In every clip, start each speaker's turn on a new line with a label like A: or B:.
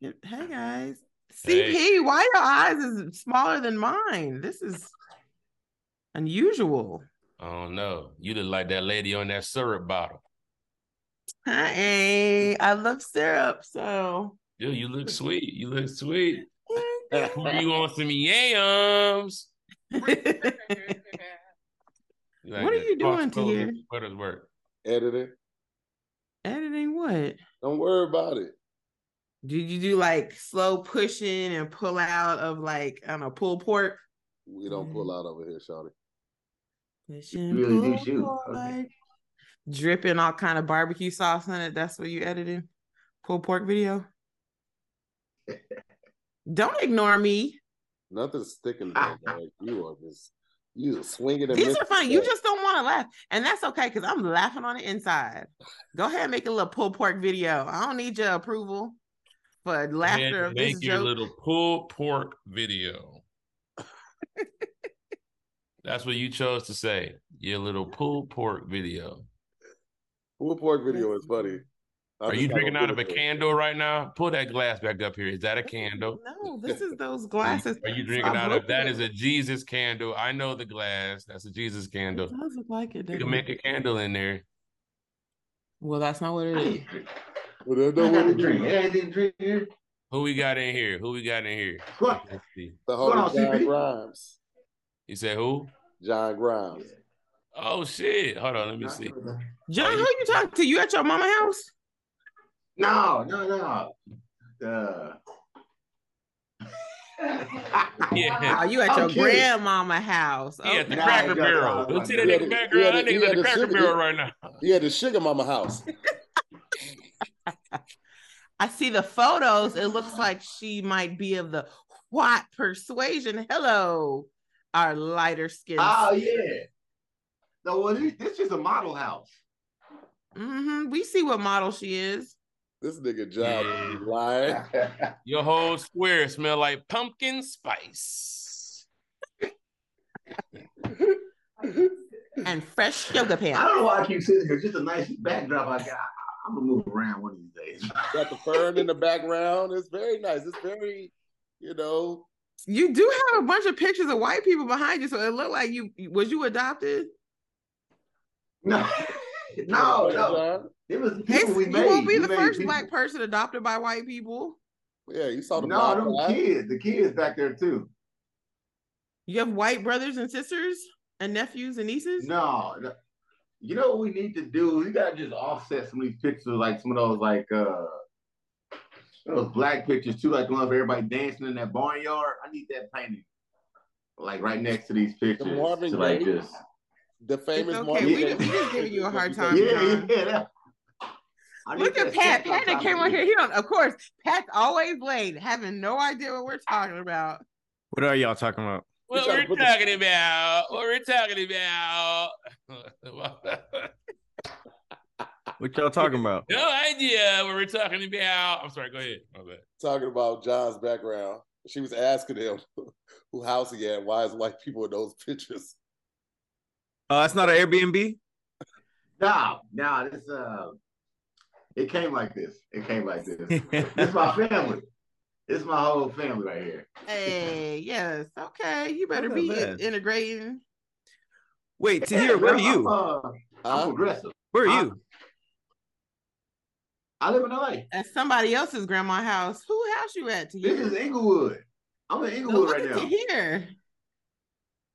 A: Hey guys. CP,
B: Hey.
A: why your eyes is smaller than mine? This is unusual.
B: I don't know. You look like that lady on that syrup bottle.
A: Hi, I love syrup, so
B: Dude, you look sweet. You look sweet.
A: Thank
B: Who you want some yams?
A: What are you doing to here?
B: What does work?
C: Editor,
A: Editing what?
C: don't worry about it.
A: Did you do like slow pushing and pull out of like I don't know pull pork?
C: We don't pull
A: Mm.
C: out over here, Shawty.
A: Push and
D: really do
A: pull
D: shoot.
A: pork.
D: Okay.
A: Dripping all kind of barbecue sauce on it. That's what you editing. Pull pork video. Don't ignore me.
C: Nothing's sticking there, dog. You are just you swinging and
A: Ah. These
C: missing.
A: are fun. You just don't want to laugh. And that's okay because I'm laughing on the inside. Go ahead and make a little pull pork video. I don't need your approval for laughter
B: Man,
A: of
B: make
A: this
B: your
A: joke.
B: little pulled pork video. That's what you chose to say. Your little pulled pork video.
C: Pulled pork video is funny. I'm
B: Are
C: just
B: you
C: not gonna
B: drinking out of
C: pull
B: a
C: it through.
B: candle right now? Pull that glass back up here. Is that a candle?
A: No, this is those
B: Are you-
A: glasses.
B: Are you
A: So
B: drinking
A: I
B: out of
A: broke
B: that?
A: it.
B: Is a Jesus candle. I know the glass. That's a Jesus
A: It
B: candle.
A: does look like it.
B: You
A: doesn't
B: can make
A: it?
B: a candle in there.
A: Well, that's not what it
D: I
A: is.
D: need a drink.
C: Well, there's
D: I
C: no
D: got
C: way
D: a
C: to drink.
D: drink. Yeah, I didn't drink here.
B: Who we got in here? Who we got in here?
D: What?
B: Let's see.
C: The
D: Hold on,
C: homie John
D: CP.
C: Grimes.
B: You said who?
C: John Grimes.
B: Oh shit. Hold on, let me see.
A: John,
B: you-
A: who you talking to? You at your mama house?
D: No, no, no. Uh. The
B: Yeah.
A: Oh, you at
D: I'm
A: your
D: kidding.
A: grandmama house.
C: Oh,
B: Yeah, at the
A: Okay.
D: Nah,
B: cracker
D: nah,
B: barrel.
D: nah,
B: Don't see
D: nah.
B: that
C: You
B: nigga
C: had a-
B: background. That
C: you
B: nigga's
C: had
B: at
C: a-
B: the
C: you
B: cracker
C: had a
B: barrel
C: sugar-
B: right now.
C: He had the sugar mama house.
A: I see the photos. It looks like she might be of the white persuasion. Hello, our lighter skin.
D: Oh yeah. No, well, this, this is a model house.
A: hmm We see what model she is.
C: This nigga John
B: Yeah.
C: is lying.
B: Your whole square smell like pumpkin spice.
A: And fresh sugar
D: Hmm. I
A: pants.
D: don't know why I keep sitting here. Just a nice backdrop I got. I, am gonna move around one of these days.
C: Got the fern in the background. It's very nice. It's very, you know,
A: You do have a bunch of pictures of white people behind you, so it looked like you was you adopted.
D: No, no, no.
C: John.
D: It was
A: It's-
D: people we
A: you
D: made.
A: won't be
D: We
A: the
D: made
A: first
D: people.
A: black person adopted by white people.
C: Yeah, you saw the
D: No,
C: blind
D: them
C: guy.
D: kids. The kids back there too.
A: You have white brothers and sisters and nephews and nieces.
D: No, no. you know what we need to do? We gotta just offset some of these pictures, like some of those like uh those black pictures too, like the ones of everybody dancing in that barnyard. I need that painting. Like right next to these pictures.
C: Marvin
D: to, like
C: Gaye?
D: this.
C: The famous
A: okay.
C: Marvin
D: We
C: Gaye.
D: just- we
A: just giving you a hard
D: Yeah,
A: time.
D: yeah, that. I need
A: Look at
D: that
A: Pat.
D: shit
A: Pat that
D: sometime.
A: came on here. He don't. Of course, Pat's always late, having no idea what we're talking about.
E: What are y'all talking about?
B: What
C: trying
B: we're
C: to put the-
B: talking about. What we're talking about.
E: What y'all talking about?
B: no idea what we're talking about. I'm sorry, go ahead. My bad.
C: talking about John's background. She was asking him who house he had, why is white people in those pictures?
E: Oh, that's not an Airbnb.
D: No, no, this uh it came like this. It came like this. this is my family. This is my whole family right here.
A: Hey, yes, okay. You better
E: not
A: be
E: bad.
A: integrating.
E: Wait, to hear where are
D: Yeah, I'm,
E: you?
D: uh, I'm
C: Huh?
D: progressive.
E: Where are you?
D: I live in LA.
A: At somebody else's grandma house. Who house you at? To
D: This
A: hear.
D: is Inglewood. I'm in Inglewood
A: Look
D: right
A: at to
D: now.
A: hear.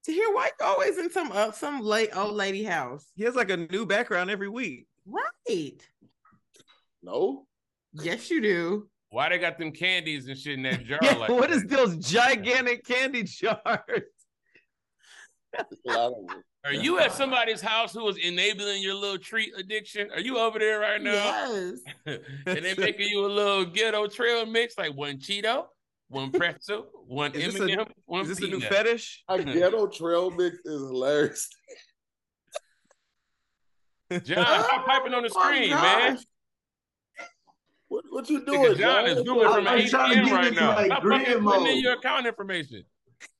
A: To hear White always in some uh, some late old lady house.
E: He has like a new background every week.
A: Right.
C: No?
A: Yes, you do.
B: Why they got them candies and shit in that jar?
E: Yeah,
B: like
E: what is
B: that?
E: those gigantic candy jars?
C: A lot of them.
B: Are you at somebody's house who is enabling your little treat addiction? Are you over there right now?
A: Yes.
B: and they making you a little ghetto trail mix, like one Cheeto, one pretzel, one
E: Is this a-
B: M&M, one
E: Is this a new
B: peanut.
E: fetish?
C: A ghetto trail mix is hilarious.
B: John, stop typing on the screen, man.
A: gosh.
C: What, what you doing,
B: Nigga,
C: John?
B: John is doing from
D: I'm trying to
B: ATM
D: get
B: right
D: into,
B: now.
D: like,
B: Stop fucking
D: grid
B: putting in
D: mode.
B: your account information.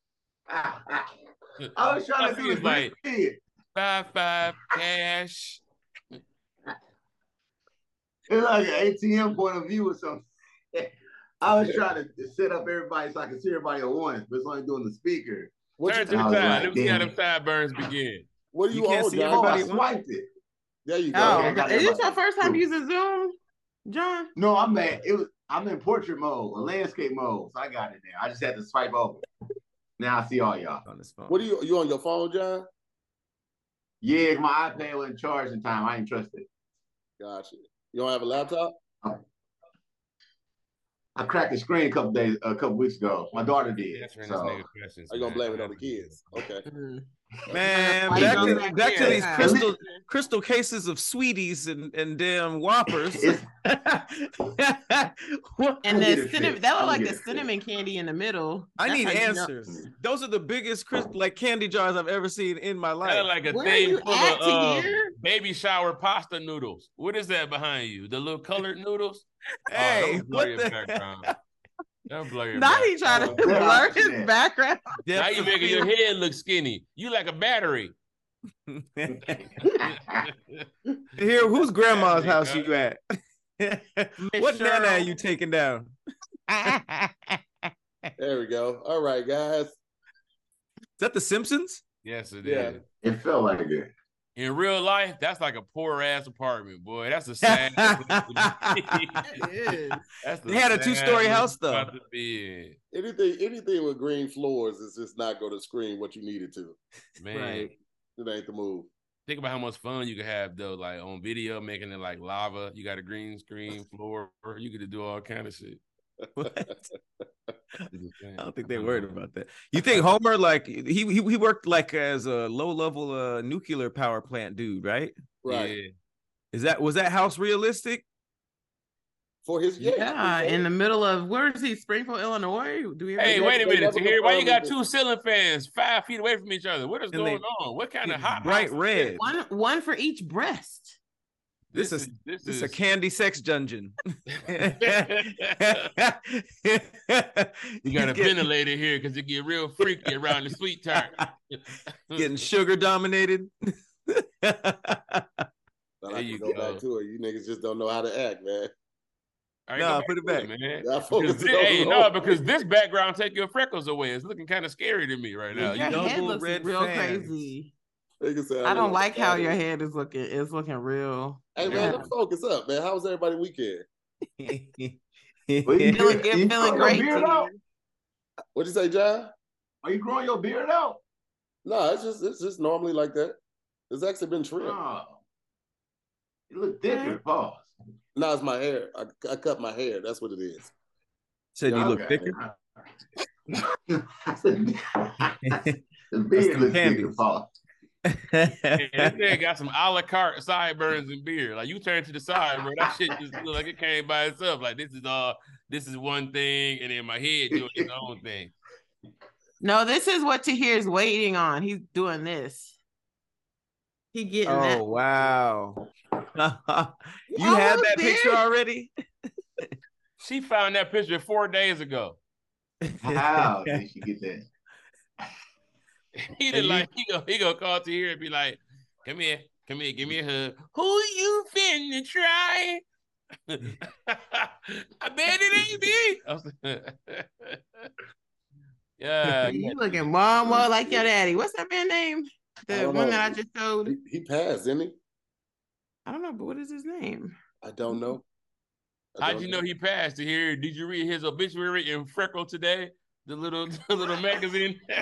D: I was trying to
B: Fuck
D: do
B: is like-
D: the green.
B: Five five cash.
D: It's like an ATM point of view or something. I was trying to set up everybody so I could see everybody at once, but it's only doing the speaker.
C: What you,
B: Turn to the
D: I
B: side.
D: was like,
B: Let me see how
D: damn.
B: them sideburns begin.
C: what do you,
E: You can't
C: own,
E: see
C: John?
D: Oh, I
E: Everybody at once?
D: swiped it.
C: There you go.
A: Oh,
D: Okay, I got
A: God. is this
D: everybody.
A: your first time
D: Cool.
A: using Zoom, John?
D: No, I'm at it was I'm in portrait mode or landscape mode. So I got it now. I just had to swipe over. Now I see all y'all.
E: on this phone.
C: What are you? You on your phone, John?
D: Yeah, my iPad wasn't charged in time. I ain't trust it.
C: Gotcha. You don't have a laptop?
D: I cracked the screen a couple days a couple weeks ago. My daughter did.
B: Answering this
D: So
B: nigga questions.
C: Are you gonna
B: man.
C: blame it on the kids? Okay.
A: Mm.
E: man?
A: Why
E: Back
A: you
E: to,
A: going
E: back to
A: there?
E: these
A: Uh,
E: crystal crystal cases of sweeties and and damn whoppers.
D: it's
E: What-
A: And
D: I'll get
A: the
D: it
A: cinnamon
D: fixed.
A: that
D: I'll
A: looked like
D: get
A: the
D: it
A: cinnamon candy in the middle.
E: I
A: That's
E: need
A: how you know-
E: answers. Those are the biggest crystal like candy jars I've ever seen in my
B: Sound
E: life.
B: like a
A: Where are
B: thing
A: you
B: full
A: at,
B: of uh,
A: Tahir?
B: baby shower pasta noodles. What is that behind you? The little colored noodles? Oh,
E: Hey,
B: don't blur
E: what
B: your
E: the
B: background. Don't blur your
A: Now
B: background.
A: he trying to
D: Oh,
A: blur
D: God.
A: his background.
E: depth
B: Now you
E: of
B: making your head look skinny. You like a battery.
E: field. Here, whose grandma's house you at? what
A: Miss
E: nana are
A: Cheryl.
E: you taking down? Is
C: There we go. All right, guys.
E: that The Simpsons?
B: yes, it is.
C: Yeah.
D: it felt like it.
B: In real life, that's like a poor ass apartment, boy. That's a sad.
E: They
A: It is.
B: That's the
E: They had a two-story
B: saddest
E: house, though.
B: spot to be in.
C: Anything, anything with green floors is just not going to screen what you need it to.
B: Man,
E: Right.
C: It ain't the move.
B: think about how much fun you could have though, like on video, making it like lava. You got a green screen floor. You could do all kind of shit.
E: What?
B: I'm just saying.
E: I don't think they worried
B: Uh-huh.
E: about that. You think Homer like he he, he worked like as a low level uh, nuclear power plant dude, right?
C: Right.
B: Yeah.
E: Is that was that house realistic?
C: For his yeah.
A: Yeah, in the middle of where is he? Springfield, Illinois? Do we? ever-
B: Hey,
C: never-
B: wait a
C: they
B: minute,
C: never
B: Tahir. Why you got
C: confirmed it.
B: two ceiling fans five feet away from each other? What is
E: And they-
B: going on? What kind of
E: It's
B: hot
E: bright
B: house is
E: red.
B: this?
A: one one for each breast.
E: This is-
B: this
E: It's a
B: is
E: candy sex dungeon.
B: you got a ventilator here because it get real freaky around the sweet time.
E: getting sugar dominated.
C: Now
B: There
C: I can
B: you
C: go,
B: go.
C: back to it. You niggas just don't know how to act, man.
B: All
E: Nah,
B: go
E: put it Oh,
B: to man.
C: Y'all
B: Because
C: focusing
B: thi-
C: on
B: hey,
C: the
B: no,
C: whole-
B: because this background take your freckles away. It's looking kind of scary to me right now.
E: Yeah,
A: Your
B: You-
E: double
A: head looks
E: red
A: real
E: fans.
A: crazy.
C: Niggas say
A: I don't
C: wanna
A: like how
C: party.
A: your head is looking. It's looking real.
C: Hey man, let's focus up, man. How was everybody weekend?
D: you
A: Feeling
D: You
A: good, feeling
D: growing
A: great.
D: Your beard
A: Tahir.
D: out?
C: What'd you say, John?
D: Are you growing your beard out?
C: No, it's just it's just normally like that. It's actually been trimmed.
D: Oh. It looked thicker. Pause.
C: No, it's my hair. I, I cut my hair. That's what it is.
E: Said you look
D: Okay.
E: thicker.
D: I said, the beard
E: some
D: looks thicker.
E: candies.
D: Pause.
B: Yeah, this nigga got some a la carte sideburns and beard. Like you turn to the side, bro. That shit just look like it came by itself. Like this is all this is one thing, and then my head doing its own thing.
A: No, this is what Tahir is waiting on. He's doing this. He getting
E: oh
A: that.
E: wow! you
A: Oh,
E: had that picture
A: beard.
E: already.
B: She found that picture four days ago.
D: How did she get that?
B: He
E: And
B: did
E: you-
B: like he go he go call to here and be like, "Come here, come here, give me a hug." Who you finna try? I bet it ain't me. I was- yeah,
A: You looking more and more like your daddy. What's that man name?
C: I
A: The
C: don't
A: one
C: know.
A: that I just showed.
C: He, he passed, didn't he?
A: I don't know, but what is his name?
C: I don't know. I
B: how'd
C: don't
B: you know he passed? To hear, did you read his obituary in Freckle today? The little, the little magazine.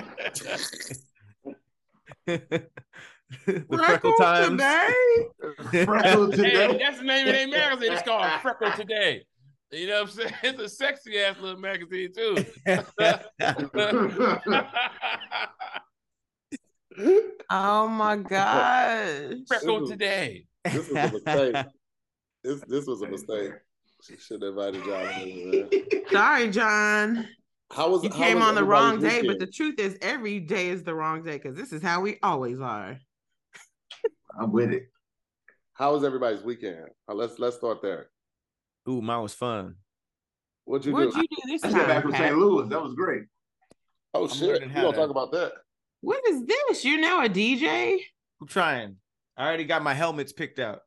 E: the freckle
A: Freckles
E: times.
A: today?
D: Freckle
B: hey,
D: today.
B: that's the name of their magazine. It's called Freckle Today. You know what I'm saying? It's a sexy ass little magazine too.
A: Oh my gosh.
B: Freckle Today.
C: This was a mistake. This this was a mistake. She should have invited John. in, man.
A: Sorry, John.
C: How was
A: You
C: how
A: came
C: was
A: on the wrong
C: everybody's
A: day, but the
C: weekend?
A: truth is every day is the wrong day because this is how we always are.
D: I'm with it.
C: how was everybody's weekend? Uh, let's let's start there.
E: Ooh, mine was fun.
C: What'd you
A: What'd
C: do?
A: you do this
D: I got back
A: time?
D: from
A: Pat?
D: St. Louis. That was great.
C: oh shit,
E: learning
C: we
E: how
C: don't
E: to-
C: talk about that.
A: What is this? You're now a DJ?
E: I'm trying. I already got my helmets picked out.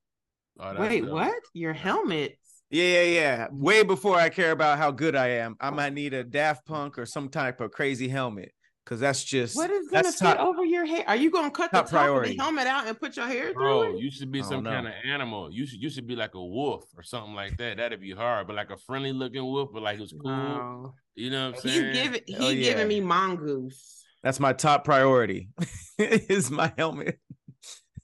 B: Oh, that's
A: Wait,
B: dope.
A: what? Your helmets.
E: Yeah, yeah, yeah. Way before I care about how good I am, I might need a Daft Punk or some type of crazy helmet because that's just
A: What is gonna
E: that's
A: fit
E: top-
A: over your hair? Are you gonna cut the
E: top
A: top of
E: priority.
A: the helmet out and put your hair
B: Bro,
A: through it?
B: you should be
E: I
B: some
E: don't
B: kind
E: know.
B: of animal. You should you should be like a wolf or something like that. That'd be hard, but like a friendly looking wolf, but like it was cool.
A: No.
B: You know what I'm
A: He's
B: saying?
A: giving he
E: Hell yeah.
A: giving me mongoose.
E: that's my top priority. is my helmet.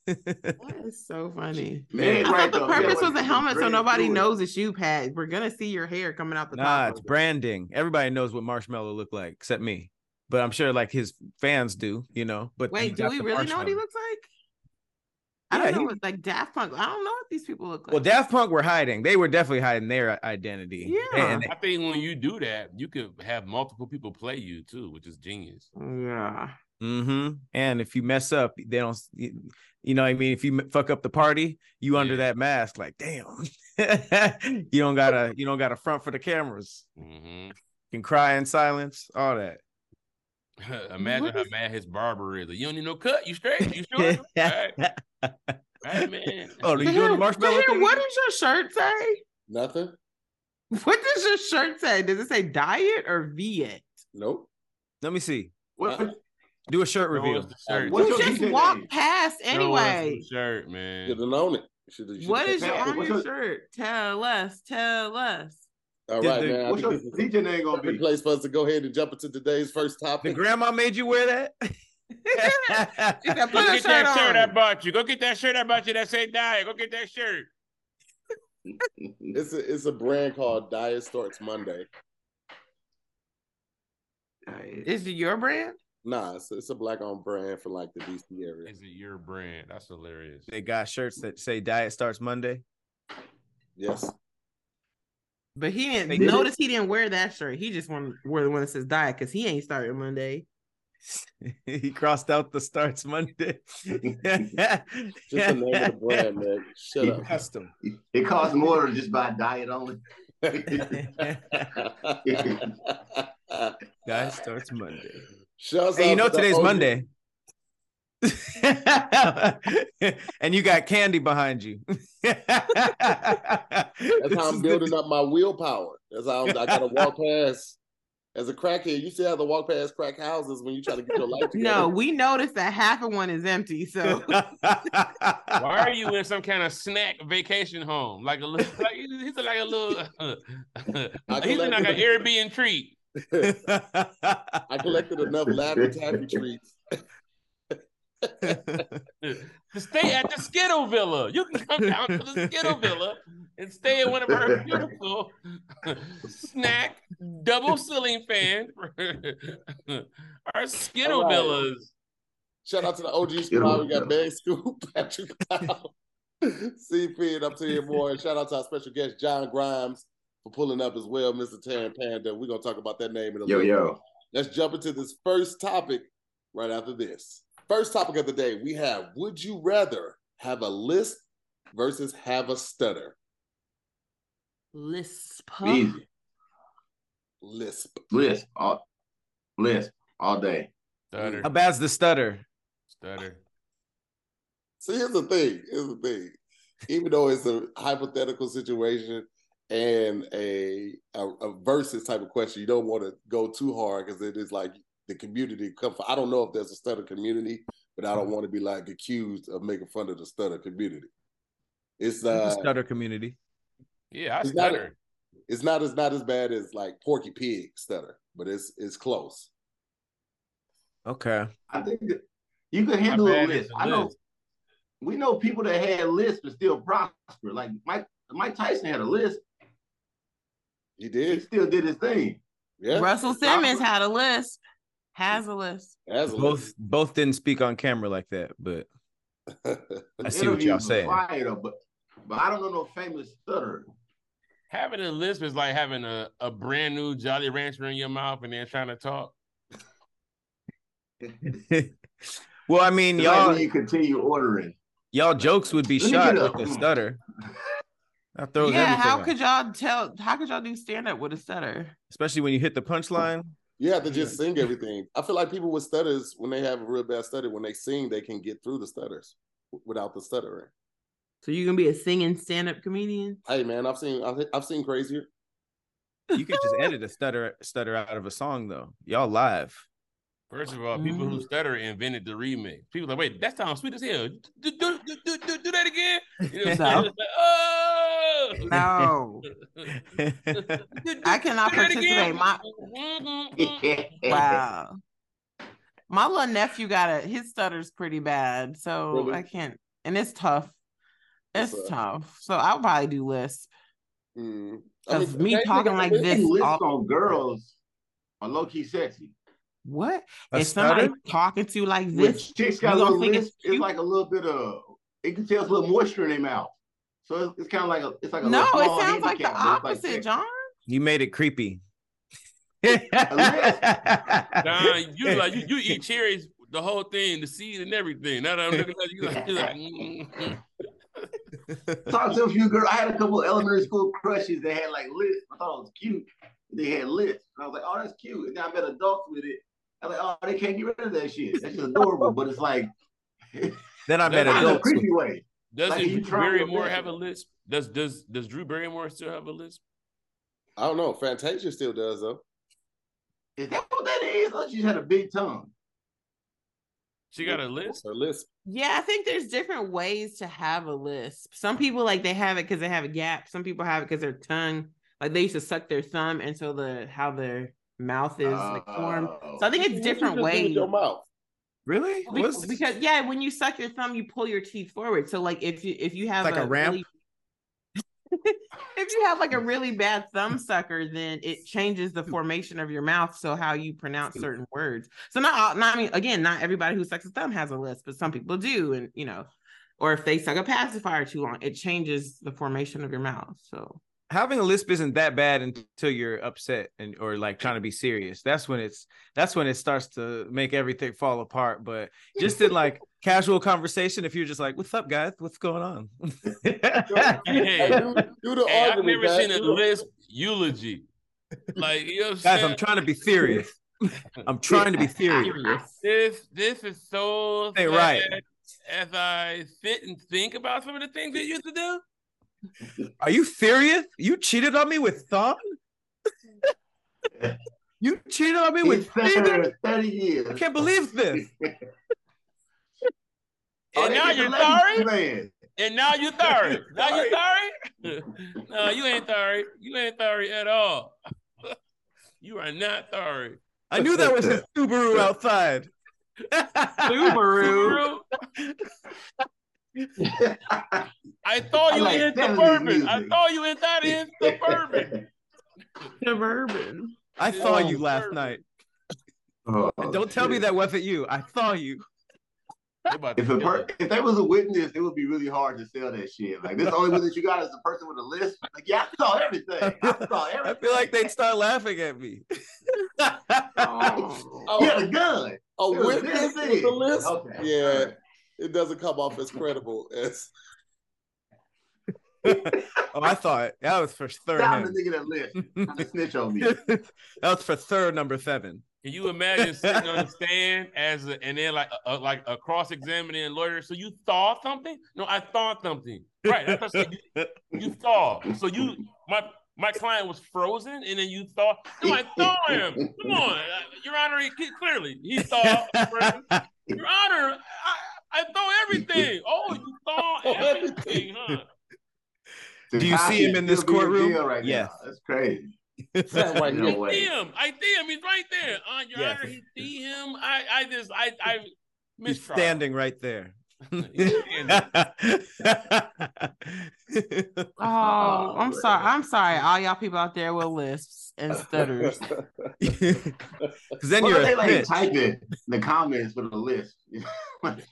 A: That is so funny.
D: Man,
A: I thought
D: right
A: the
E: Oh,
D: though,
A: purpose
D: yeah,
A: was
D: like,
A: a helmet so
D: dread
A: nobody
D: through it.
A: knows it's you, Pat. We're gonna see your hair coming out the
E: nah,
A: top.
E: it's branding. Everybody knows what marshmallow look like except me. But I'm sure like his fans do, you know. But he
A: Wait, do
E: got
A: we
E: the
A: really know what he
E: marshmallow.
A: looks like? I
E: Yeah,
A: don't know.
E: he-
A: what, like Daft Punk. I don't know what these people look like.
E: Well, Daft Punk were hiding. They were definitely hiding their uh, identity.
A: Yeah.
E: And
B: I think when you do that, you could have multiple people play you too, which is genius.
A: Yeah.
E: Mm-hmm. And if you mess up, they don't. You you know, what I mean, if you m- fuck up the party, you under
B: Yeah.
E: that mask. Like, damn, you don't gotta. You don't gotta front for the cameras.
B: hmm
E: You can cry in silence. All that.
B: Imagine
A: What
B: how
A: is-
B: mad his barber is. Like, you don't need no cut. You straight? You sure? All right, all right, man.
E: oh, are you
A: But
E: doing
A: here-
E: the
A: but
E: marshmallow
A: here,
E: thing?
A: what does your shirt say?
C: Nothing?
A: What does your shirt say? Does it say diet or Viet?
C: Nope.
E: Let me see.
D: What,
B: Uh,
E: Do a shirt
B: Show
E: reveal.
B: us the shirt.
D: What's
A: you
D: your
A: just
D: DJ
A: walked
D: name?
A: past
B: Show us the
A: anyway.
B: shirt,
C: You should
B: man.
C: have known it. You should, you should
A: What is
D: Hey,
A: your on
D: what's
A: your
D: your-
A: shirt? Tell us. Tell us.
C: All
E: Did
C: right,
E: the-
C: man. I
D: what's your
C: think this is
D: DJ name
C: a
D: gonna
C: perfect
D: be?
C: place for us to go ahead and jump into today's first
E: The
C: topic.
E: grandma made you wear
A: she
E: that.
A: said,
B: Go
A: put a
B: get that shirt
A: shirt
B: I
A: on.
B: bought you. Go get that shirt I bought you that say diet. Go get that shirt.
C: It's a, it's a brand called Diet Starts Monday.
A: Is it your brand?
C: Nah, it's, it's a black owned brand for like the DC area.
B: Is it your brand? That's hilarious.
E: they got shirts that say "Diet starts Monday."
C: Yes.
A: But he didn't
E: They did it.
A: notice he didn't wear that shirt. He just wanted wore the one that says diet because he ain't starting Monday.
E: he crossed out the starts Monday.
C: Just the name of the brand, man. Shut up.
E: Custom.
D: It costs more than just buy diet only.
E: Guy starts Monday.
C: Shouts
E: Hey,
C: out
E: you know
C: to the
E: today's
C: OG.
E: Monday. and you got candy behind you.
C: That's how I'm building up my willpower. That's how I'm, I gotta walk past. As a crackhead, you still have to walk past crack houses when you try to get your life together.
A: No, we noticed that half of one is empty. So
B: Why are you in some kind of snack vacation home? Like a little, like, he's he's like a little, he's in like an Airbnb treat.
C: I collected enough Laffy Taffy treats.
B: to stay at the Skittle Villa. You can come down to the Skittle Villa and stay in one of her beautiful snack double ceiling fan. Our Skittle
C: All right.
B: Villas.
C: Shout out to the OG squad. We got Meg Scoop, Patrick Powell, CP, and up to here more. And shout out to our special guest, John Grimes, for pulling up as well, Mr. Taryn Panda. We're gonna talk about that name in a
D: Yo,
C: little
D: yo.
C: Let's jump into this first topic right after this. First topic of the day, we have would you rather have a list versus have a stutter?
A: lisp.
D: Easy.
C: Lisp.
D: Lisp. All, lisp all day.
B: Stutter,
E: How bad's the stutter?
B: stutter.
C: So here's the thing. Here's the thing. Even though it's a hypothetical situation and a a, a versus type of question, you don't want to go too hard because it is like the community come for. I don't know if there's a stutter community, but I don't want to be like accused of making fun of the stutter community. It's uh,
E: stutter community.
B: Yeah, I
C: Is that
B: stutter.
C: it's not as not as bad as like Porky Pig stutter, but it's it's close.
E: Okay.
D: I think that you can handle a
B: bad
D: lisp.
B: is a
D: I know
B: lisp?
D: we know people that had lisp and still prosper. Like Mike Mike Tyson had a lisp.
C: He
D: He
C: did,
D: still did his thing.
C: yeah.
A: Russell Simmons had a lisp. Has a lisp.
C: As a
E: Both both didn't speak on camera like that, but I see what
D: Interviews
E: y'all
D: was
E: saying.
D: fire, though, but but I don't know no famous stutter.
B: Having a lisp is like having a, a brand new Jolly Rancher in your mouth and then trying to talk.
E: well, I mean,
D: Y'all
E: y'all
D: you continue ordering.
E: y'all jokes would be
D: Let me
E: shot
D: get a-
E: with a stutter. That throws
A: yeah,
E: everything
A: how
E: off.
A: could y'all tell? How could y'all do stand up with a stutter?
E: especially when you hit the punchline.
C: you have to just sing everything. I feel like people with stutters, when they have a real bad stutter, when they sing, they can get through the stutters w- without the stuttering.
A: So you're gonna be a singing stand-up comedian?
C: Hey man, I've seen I've, I've seen crazier.
E: You could just edit a stutter stutter out of a song though. Y'all live.
B: First of all, people
C: Mm-hmm.
B: who stutter invented the remix. People like, wait, that sounds sweet as hell. Do, do, do, do, do, do that again. You know what I'm saying?
A: No.
B: It's like, oh!
A: No, I cannot
B: Do that
A: participate.
B: again.
A: My
D: Mm-hmm,
A: Mm.
D: wow.
A: wow, my little nephew got a his stutter's pretty bad, so
C: Really?
A: I can't, and it's tough.
C: It's
A: It's
C: tough.
A: tough. So I'll probably do lisp.
C: Mm.
A: Because me
C: they- they
A: talking
C: got
A: like
C: this-
A: this-
D: List
A: all-
D: on girls are low key sexy.
A: What
E: a
A: if somebody
E: stutter?
A: talking to you like
D: When
A: this?
D: chicks got a
A: you don't
D: little
A: think
D: lisp,
A: it's
D: it's
A: cute?
D: like a little bit of it can tell it's a little moisture in their mouth. So it's, it's kind of like a it's like a
A: No,
D: little small
A: it sounds like the
D: handicap, but it's
A: opposite,
D: like
A: John.
E: You made it creepy.
B: Nah, you like you, you eat cherries, the whole thing, the seed and everything. Now that I'm looking at you, like, you're like, mm.
D: Talk to a few girls. I had a couple elementary school crushes that had like lists. I thought it was cute. They had lists. And I was like, oh, that's cute. And then I met adults with it. I'm like, oh, they can't get rid of that shit. That's just adorable. But it's like
E: then I met
D: in a
E: adults.
D: creepy way.
B: does
D: Like, you
B: Drew
D: trying to
B: Barrymore
D: imagine.
B: have a list? Does does does Drew Barrymore still have a list?
C: I don't know. Fantasia still does though.
D: Is that what that is? Oh, she had a big tongue.
B: She got a list.
C: Her list.
A: Yeah, I think there's different ways to have a lisp. Some people like they have it because they have a gap. Some people have it because their tongue, like they used to suck their thumb, and so the how their mouth is like, formed.
D: Oh.
A: So I think
C: What
A: it's
C: you
A: different
C: just did with
A: ways.
C: Your mouth.
E: Really?
A: Be-
E: What's-
A: because yeah, when you suck your thumb, you pull your teeth forward. So like if you if you have
E: like a ramp?
A: really- if you have like a really bad thumb sucker, then it changes the formation of your mouth. So how you pronounce certain words. So not all, not I mean again, not everybody who sucks a thumb has a lisp, but some people do, and you know, or if they suck a pacifier too long, it changes the formation of your mouth. So
E: having a lisp isn't that bad until you're upset and or like trying to be serious. That's when it's that's when it starts to make everything fall apart. But just in like casual conversation, if you're just like, "What's up, guys? What's going on?"
B: Hey,
C: Hey, do, do the
B: hey, I've
C: argument,
B: never
C: guys.
B: seen a
C: Do the-
B: list eulogy. Like you know, what
E: guys,
B: saying?
E: I'm trying to be serious. I'm trying to be serious.
B: This this is so
E: Hey,
B: sad
E: right.
B: As I sit and think about some of the things they used to do,
E: Are you serious? You cheated on me with thumb? you cheated on me
D: It's
E: with finger?
D: 30, 30 years.
E: I can't believe this.
D: Oh,
B: and
D: they
B: now
D: get the
B: you're
D: ladies
B: sorry.
D: playing.
B: And now you're sorry. Now you're sorry. no, you ain't sorry. You ain't sorry at all. you are not sorry.
E: I knew that was a Subaru outside.
A: Subaru.
B: Guru, I thought you
D: I like
B: in
D: that
B: suburban.
D: music.
B: I thought you inside in suburban.
A: Suburban.
E: I saw
B: Oh,
E: you last
B: perfect.
E: night.
D: Oh,
E: Don't tell me
D: shit.
E: that wasn't you. I saw you.
B: They about to
D: If a
B: kill
D: per-
B: us.
D: if there was a witness, it would be really hard to sell that shit. Like this, the only witness you got is the person with a list. Like, yeah, I saw everything. I saw everything.
E: I feel like they'd start laughing at me.
A: Oh.
D: he had a
C: a
D: gun. It was
C: witness
D: this
C: with the
D: big.
C: list.
D: Okay.
C: Yeah,
D: Alright.
C: it doesn't come off as credible as
E: oh, I thought that was for third.
D: Stop the
E: hand.
D: nigga that list. Trying to snitch on me.
E: that was for third number seven.
B: Can you imagine sitting on the stand as a, and then like a, a- like a cross examining lawyer? So you thought something? No, I thought something. Right. That's what I said. You, you thought. So you my my client was frozen, and then you thought. No, I thought him. Come on, uh, Your Honor. He, clearly, he thought. Your Honor, I, I thought everything. Oh, you thought everything, huh?
E: Do you see him in this
D: Still being
E: courtroom?
D: jailed Right
E: Yes.
D: Now. That's crazy.
C: that right
D: No
C: now.
B: See
D: way.
B: him. I see him. He's right there. Uh, Your
E: Yes.
B: Honor, he see him. I, I just, I, I.
E: He's
B: mistrial.
E: standing right there.
B: He's standing.
A: Oh, I'm
D: Oh,
A: sorry. I'm sorry, all y'all people out there with lisps and stutters.
E: Because then
D: What
E: you're
D: if they
E: a
D: like
E: snitch.
D: typing the comments with a list? gotta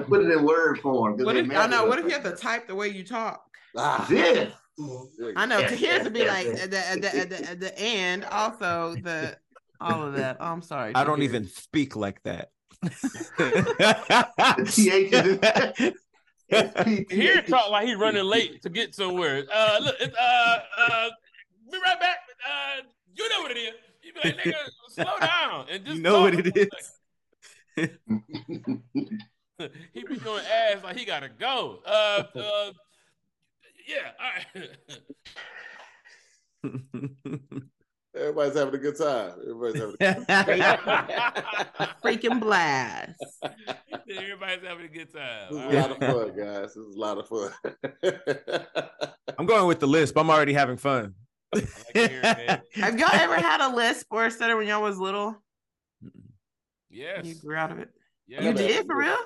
D: put it in word form. 'cause
A: What
D: they
A: if
D: mad
A: I know?
D: at
A: What
D: us.
A: if you have to type the way you talk?
C: Ah,
D: This.
A: I know. To here's to be like at the at the at the, at the end. Also the all of that. Oh, I'm sorry.
E: I don't
A: Tahir.
E: even speak like that.
D: The TH is SPTH.
B: Here talk like he running late to get somewhere. Uh, look, it's, uh, uh, be right back. Uh, you know what it is. You be like, nigga, slow down and just
E: you know what
B: talk.
E: it is.
B: Like, he be doing ass like he gotta go. Uh, uh yeah. All right.
C: Everybody's having a good time. Everybody's having a
A: Freaking blast.
B: Everybody's having a good time.
C: This
B: All
C: is a lot
B: right.
C: of fun, guys. This is a lot of fun.
E: I'm going with the lisp. I'm already having fun.
B: I like to hear it, man.
A: Have y'all ever had a lisp or a stutter when y'all was little?
B: Yes.
A: You grew out of it.
B: yes.
A: You
C: Yeah,
A: did for
C: man.
A: real?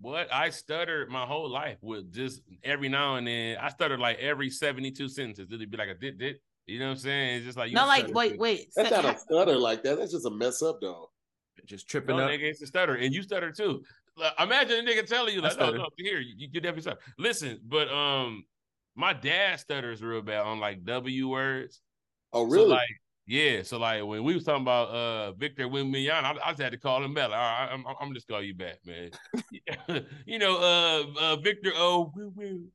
B: What I stuttered my whole life with just every now and then. I stuttered like every 72 sentences. It'd be like a dit dit. You know what I'm saying? It's just like you
A: No, like
B: stutter.
A: wait, wait.
C: That's
A: Say-
C: not a stutter like that. That's just a mess up, though.
E: Just tripping
B: No,
E: up.
B: nigga, it's a stutter, and you stutter too. Like, imagine a nigga telling you,
E: I
B: like, no,
E: stutter.
B: no, here, you, you definitely stutter. Listen, but um, my dad stutters real bad on like W words.
C: Oh,
B: So
C: really?
B: like, yeah. So like when we was talking about uh Victor Wimbiana, I, I just had to call him back. Like, All right, I'm, I'm- I'm just call you back, man. you know, uh, uh Victor O. woo, woo.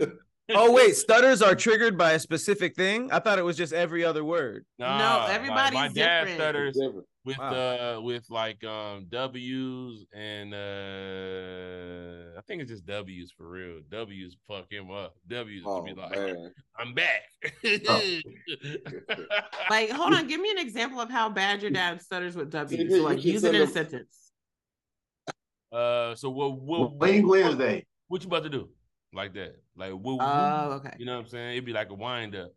E: Oh wait, stutters are triggered by a specific thing. I thought it was just every other word.
B: Nah, like, my
A: everybody's
B: dad
A: different.
B: stutters
C: It's different.
B: with
E: Wow.
B: uh with like um W's and uh I think it's just W's for real. W's fuck him up. W's
C: Oh,
B: to be like,
C: man.
B: I'm back.
D: Oh.
A: Like, hold on, give me an example of how bad your dad stutters with W.
C: you-
A: So, like,
C: you can
A: use it in a
C: send them-
A: sentence.
B: uh so what what
D: Wing Wednesday.
B: what you about to do? Like that. Like what
A: Oh,
B: you
A: okay.
B: know what I'm saying? It'd be like a wind up.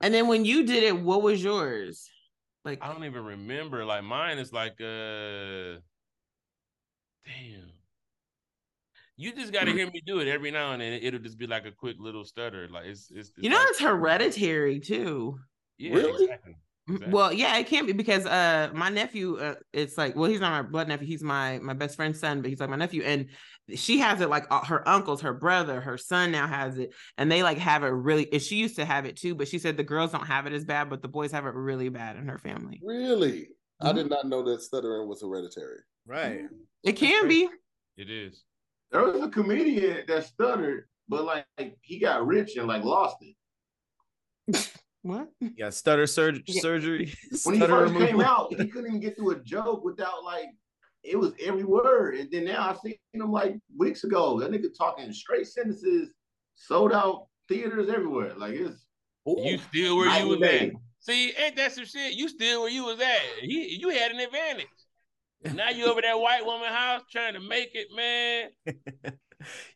A: And then when you did it, what was yours? Like,
B: I don't even remember. Like mine is like uh damn. You just gotta hear me do it every now and then. It'll just be like a quick little stutter. Like it's it's, it's
A: you know,
B: like-
A: it's hereditary too.
B: Yeah,
C: Really?
B: exactly.
A: M-
B: Exactly.
A: Well, yeah, it can't be because uh my nephew uh, it's like well he's not my blood nephew he's my my best friend's son but he's like my nephew and she has it like uh, her uncles her brother her son now has it and they like have it really and she used to have it too but she said the girls don't have it as bad but the boys have it really bad in her family
C: Really? I
A: Mhm.
C: did not know that stuttering was hereditary.
E: Right.
A: it can be
B: It is.
D: There was a comedian that stuttered, but like, like, he got rich and like lost it.
A: what
E: Yeah, stutter surg-
A: Yeah.
E: surgery.
D: When he
E: stutter
D: first
E: removal.
D: came out, he couldn't even get through a joke without like it was every word. And then now I seen him like weeks ago. That nigga talking straight sentences, sold out theaters everywhere. Like it's
B: You still where
D: night
B: you was
D: and day.
B: at. See, ain't that some shit? You still where you was at. He, you had an advantage. Now you over that white woman house trying to make it, man.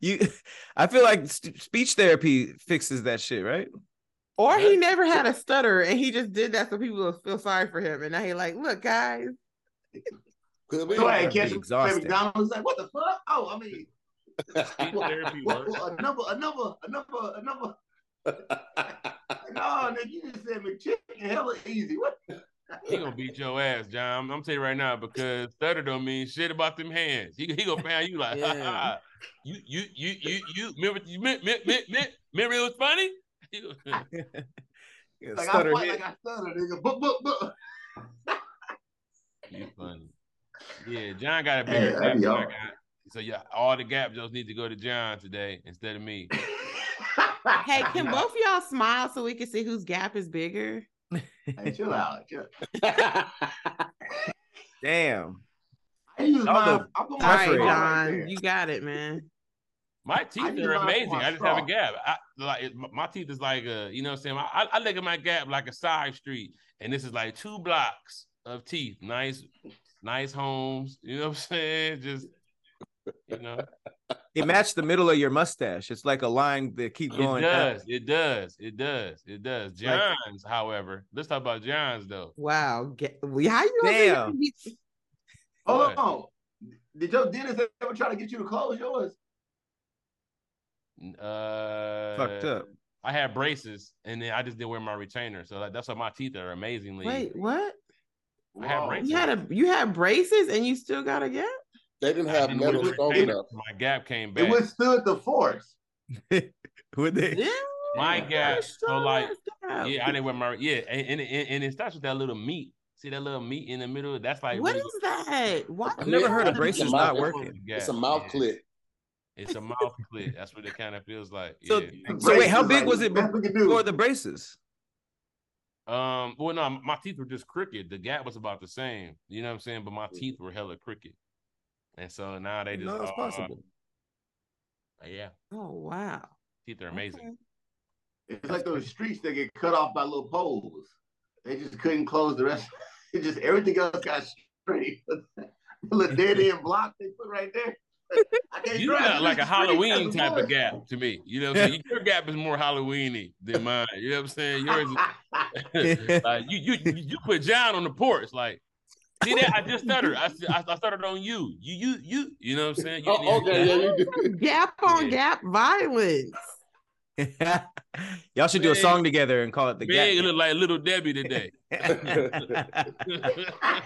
E: you, I feel like st- speech therapy fixes that shit, right?
A: or he
B: Yeah.
A: never had a stutter and he just did that so people will feel sorry for him and now he like look guys
C: Could be.
D: Go ahead,
E: be
D: catch him.
E: exhausting.
D: McDonald's like, what the fuck? Oh, I mean,
B: Speech therapy
D: what,
B: works.
D: what, another, another, another, another. No, nigga, you just said McChicken hella easy. What?
B: He gonna beat your ass, John. I'm, I'm telling you right now because stutter don't mean shit about them hands. He, he gonna pound you like, ha,
A: Yeah.
B: ha. you you you you you remember you me, me, me, me, remember it was funny. He gonna-
E: Yeah,
D: Like
E: stutter
D: I fight
E: hit.
D: like I stutter, nigga. Book, book, book.
B: You funny. Yeah, John got a
D: Hey,
B: bigger
D: that'd
B: gap
D: be
B: than I
D: all right.
B: got. So yeah, all the gap jokes need to go to John today instead of me.
A: hey can both of y'all smile so we can see whose gap is bigger
D: Hey, chill out. Chill.
E: Damn.
D: I use
E: Y'all
D: mine.
E: the
D: I put
A: all
D: my
A: right
E: Preference.
D: straw right
A: John
D: there.
A: you got it man
B: My teeth
D: need
B: are
D: mine for
B: amazing.
D: my
B: I just have a
D: straw.
B: gap. I, like it- my- my teeth is like a, you know what I'm saying? I, I look at my gap like a side street, and this is like two blocks of teeth. Nice, nice homes. You know what I'm saying? Just you know,
E: It matched the middle of your mustache. It's like a line that keep
B: it
E: going.
B: does, it does, it does, it does. John's, however, let's talk about John's though.
A: Wow. Get, well, how you gonna do that?
E: Damn.
A: You-
D: Hold
B: What?
D: on. Did your dentist ever try to get you to close yours?
B: Uh,
E: Fucked up.
B: I had braces, and then I just didn't wear my retainer, so like, that's why my teeth are amazingly.
A: Wait, what?
B: I had
D: Whoa.
B: braces.
A: You had a you had braces and you still got a gap?
C: They didn't
B: I
C: have
B: didn't wear
C: metal
B: the
C: strong
B: retainer,
C: enough.
B: My gap came back.
D: It withstood the force.
E: Would they?
B: my gap. So like, Yeah, I
A: Yeah.
B: didn't wear my yeah, and and, and and it starts with that little meat. See that little meat in the middle? That's like
A: What
B: really-
A: is that? Why
E: I've
A: do
E: never
A: you
E: heard
A: have
E: of
A: a
E: braces
A: mouth-
E: not
B: That's what
E: working.
B: you got.
C: It's a mouth
B: Yeah,
C: clip.
B: It's a mouth clip. That's what it kind of feels like.
E: So-
B: yeah.
E: So wait, how big was it
D: Best we can do.
E: before the braces?
B: Um. Well, no, my teeth were just crooked. The gap was about the same. You know what I'm saying? But my teeth were hella crooked. And so now they just
C: No, it's
B: all-
C: possible.
B: like, yeah,
A: Oh wow.
B: teeth are amazing.
A: Okay.
D: It's like those streets that get cut off by little poles. They just couldn't close the rest. It just everything else got straight. the dead end block they put right there. I can't
B: You
D: drive
B: got
D: through
B: like a
D: the street.
B: Halloween
D: That's
B: type
D: the
B: of gap to me. You know what I'm saying? Your gap is more Halloweeny than mine. You know what I'm saying? Yours is like you you you put John on the porch. Like, see that? I just stuttered. I s- I, I stuttered on you. You you you. You know what I'm saying? You
C: Oh,
B: didn't have
C: okay, yeah, you do.
A: Gap on
B: Yeah.
A: gap violence.
E: Y'all should do a song together and call it the
B: Big look like little Debbie today.
E: gap.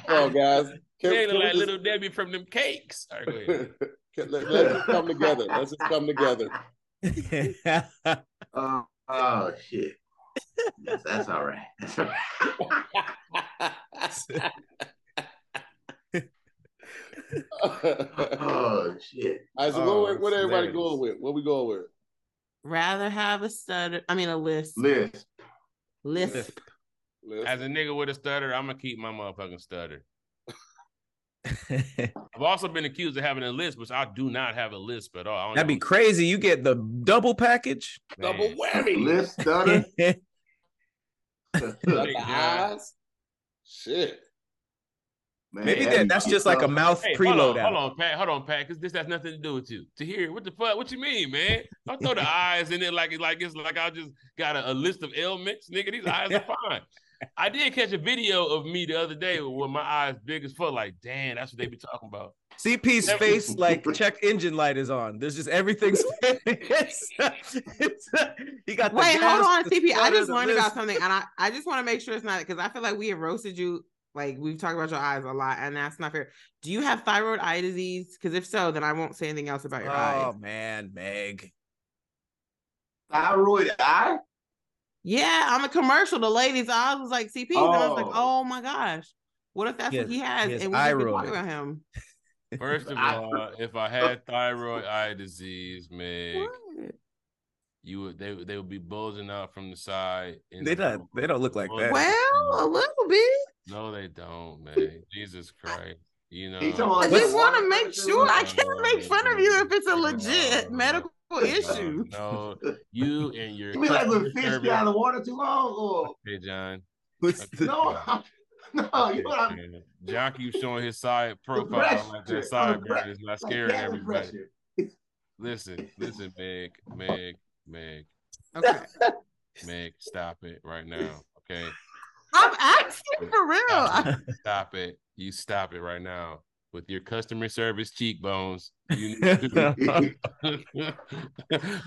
C: Oh, guys, can,
B: Big look
C: can we
B: like
C: just-
B: little Debbie from them cakes. All right, go ahead.
C: Let, us just come together. Let's just come together.
D: Oh, oh shit. That's, that's all right. That's all right.
C: All
D: Oh shit.
C: right, so
E: Oh,
C: what, we- what everybody
E: it's hilarious.
C: going with? What we going with?
A: Rather have a stutter. I mean a list.
D: Liz.
A: Lisp.
C: Let's-
B: As a nigga with a stutter, I'm gonna keep my motherfucking stutter. I've also been accused of having a lisp, which I do not have a lisp at all. I don't
E: That'd be
B: know-
E: crazy. You get the double package.
B: Man.
C: Double whammy.
D: Liz stutter.
C: Like the eyes. Shit.
D: Man,
E: Maybe
D: that'd
E: that,
D: be
E: that's just like a
D: tough.
E: mouth
B: Hey,
E: preload
B: hold on,
E: out.
B: hold on, Pat. Hold on, Pat, because this has nothing to do with you. To hear what the fuck? What you mean, man? Don't throw the eyes in it like it like it's like I just got a, a list of ailments, nigga. These eyes are fine. I did catch a video of me the other day with my eyes big as fuck. Like, damn, that's what they be talking about.
E: CP's
B: Every-
E: face like check engine light is on. There's just everything's. it's, it's, he got. the
A: Wait,
E: gas,
A: hold on,
E: the
A: CP. I
E: stutter,
A: just
E: the
A: learned about
E: lisp.
A: something, and I, I just want to make sure it's not because I feel like we have roasted you. Like we've talked about your eyes a lot, and that's not fair. Do you have thyroid eye disease? Because if so, then I won't say anything else about your eyes.
E: Oh man, Meg.
D: thyroid eye.
A: Yeah, on the commercial, the lady's eyes was like CP. And I was
D: Oh.
A: like, oh my gosh, what if that's
E: He
A: what
E: has-
A: he has?
E: he has
A: and we just been
E: thyroid.
A: talking about him.
B: First of
D: I-
B: all, if I had thyroid eye disease, man,
A: What?
B: you would they they would be bulging out from the side. and
E: They
B: the-
E: don't. They don't look like that.
A: Well, a little bit.
B: No, they don't, man. Jesus Christ. You know,
D: He talking about
A: I
D: What's-
A: just want to make sure I can't make fun of you if it's a
B: No,
A: legit
E: Oh,
B: no,
A: medical issue.
B: No, you and your
D: You mean like
B: customer
D: when fish
B: service-
D: get out of the water too long? Or
B: Hey, John.
D: no, no. Oh, You know what I mean?
B: John keeps showing his side profile like
D: pressure,
B: that side
D: Oh, the
B: bird
D: pre-
B: is not
D: Like
B: scaring
D: gas
B: everybody.
D: pressure.
B: Listen, listen, Meg, Meg, Meg,
A: Okay.
B: Meg, stop it right now. Okay.
A: I'm asking for real. I-
B: Stop it. Stop it. You stop it right now. With your customer service cheekbones, you need to the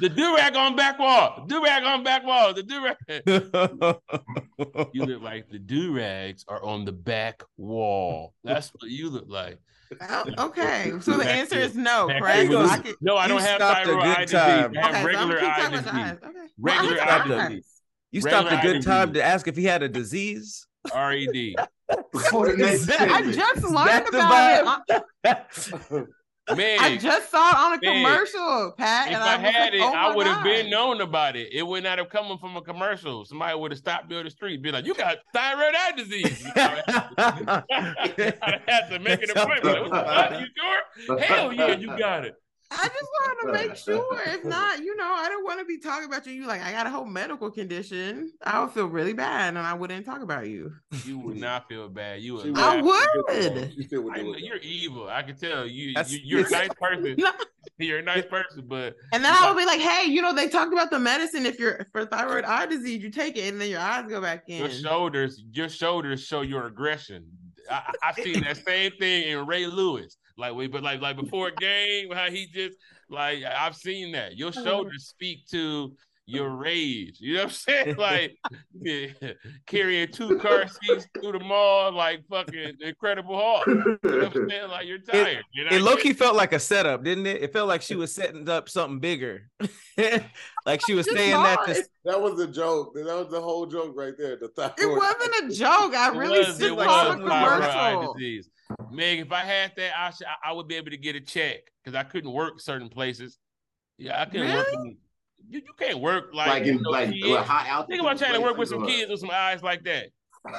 B: durag on back wall. Durag on back wall. The durag. You look like the durags are on the back wall. That's what you look like.
A: Oh, okay, so the
B: Back
A: answer
B: to-
A: is no,
B: back to
A: correct?
E: you.
A: I can,
B: No, I
E: You
B: don't have
E: stopped a
B: thyroid
E: good
B: eye disease.
E: time.
B: I
A: okay,
B: have
A: so I'm
B: regular
A: gonna keep
B: eye
A: talking about the eyes.
B: disease.
A: Okay. Well,
B: Regular
A: I
E: eye
A: have the
E: disease.
A: eyes.
E: you stopped a good
B: Regular
E: time
B: IDD.
E: to ask if he had a disease.
B: RED.
D: Before the next
E: Is that-
A: I
D: segment.
A: just
E: that
A: learned
E: the
A: about it.
E: vibe?
A: I- I
B: Meg,
A: just saw it on a
B: Big.
A: commercial, Pat.
B: if
A: and
B: I
A: I, was
B: had
A: like,
B: it,
A: oh
B: I
A: my
B: would have been
A: God.
B: known about it. It would not have come from a commercial. Somebody would have stopped me on the street, be like, "You got thyroid eye disease." I had to make an
E: That's how
B: appointment. Like, what the fuck? You sure? Hell yeah, you got it.
A: I just wanted to make sure. If not, you know, I don't want to be talking about you. You like, I got a whole medical condition. I would feel really bad, and I wouldn't talk about you.
B: You would not feel bad. You
C: She
B: would.
C: would.
A: I
B: laugh.
A: would.
C: You still would
B: I
C: do
B: know,
C: it.
B: you're evil. I can tell you.
E: That's-
B: you you're a nice person.
A: No.
B: You're a nice person, but
A: And then I would be like, hey, you know, they talked about the medicine. If you're for thyroid eye disease, you take it, and then your eyes go back in.
B: your shoulders, your shoulders show your aggression. I, I- I've seen that same thing in Ray Lewis. Like we, but like like before a game, how he just like I've seen that.
E: Oh,
B: Your shoulders speak to your rage. You know what I'm saying? Like yeah, carrying two car seats through the mall, like fucking Incredible Hulk. You know what I'm saying? Like you're tired. You're not
E: It low key felt like a setup, didn't it? It felt like she was setting up something bigger. like she was
A: Just
E: saying that to
A: not.
C: That was a joke. That was the whole joke right there. The thyroid.
A: It wasn't a joke. I
B: It
A: really
B: was-
A: just
B: it
A: saw
B: was
A: a
B: thyroid eye
A: commercial.
B: disease. Meg, if I had that, I, should, I- I would be able to get a check because I couldn't work certain places. Yeah, I couldn't work. in- you, you can't work like,
D: like
B: you
D: in
B: know,
D: like
B: kids.
D: with high altitude.
B: Think about trying to work with
D: places
B: some
D: or-
B: kids with some eyes like that.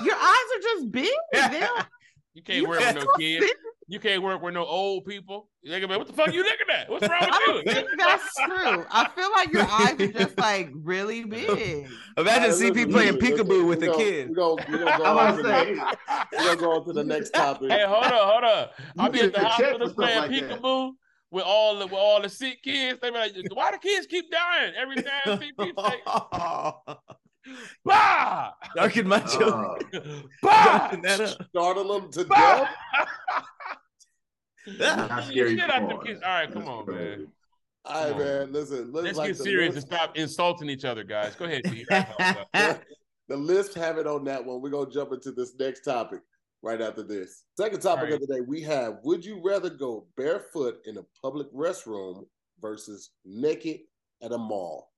A: Your eyes are just big. They don't-
B: You can't
A: You
B: work with no
A: can't-
B: kids. You can't work with no old people. You're like, man, what the fuck you looking at? What's wrong
A: I don't
B: with you?
A: think that's true. I feel like your eyes are just like really big.
E: Imagine
C: All right,
E: CP
C: listen,
E: playing
C: listen, listen,
E: peekaboo with
C: we
E: a
C: gonna-
E: kid.
C: We gonna, we gonna go
D: I'm
C: on to
D: about to
C: the,
D: say,
C: we gonna go on to the next topic.
B: Hey, hold on, hold on.
D: You
B: I'll be at
D: get
B: the
D: the check
B: hospital
D: for
B: playing
D: stuff like that.
B: peekaboo with all the with all the sick kids. They be like, why the kids keep dying every time CP say, bah,
E: Darken my children.
D: uh,
B: bah,
E: Darken that up.
C: Startle them to
B: bah.
C: death.
D: how scary
B: Shit
D: you
B: out them
D: are.
B: kids. All right, come
D: That's
B: on,
D: crazy.
B: man.
C: All right,
B: Come on.
C: man. Listen, let's,
B: Let's
C: like
B: get
C: the
B: serious and
C: list-
B: stop insulting each other, guys. Go ahead, Steve.
C: The list have it on that one. We're gonna jump into this next topic right after this. Second topic
B: All
C: of the day we have: Would you rather go barefoot in a public restroom versus naked at a mall?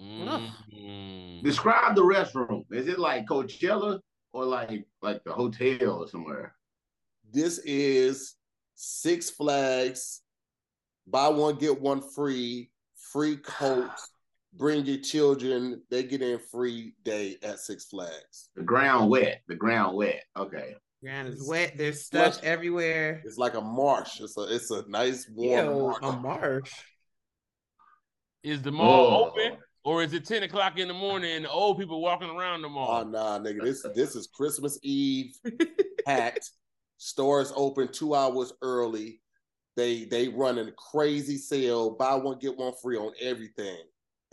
B: Mm.
D: Describe the restroom. Is it like Coachella or like like the hotel or somewhere?
C: This is Six Flags. Buy one get one free. Free coats. Bring your children. They get in free day at Six Flags.
D: The ground wet. The ground wet. Okay.
A: Ground is wet. There's stuff
C: Flush.
A: everywhere.
C: It's like a marsh. It's a it's a nice warm
A: Ew,
C: Oh, marsh.
A: a marsh.
B: Is the mall
D: Oh.
B: open or is it 10 o'clock in the morning and the old people walking around the
C: Oh
B: mall?
C: nah, nigga. This this is Christmas Eve packed. Stores open two hours early. They they running crazy sale. Buy one get one free on everything.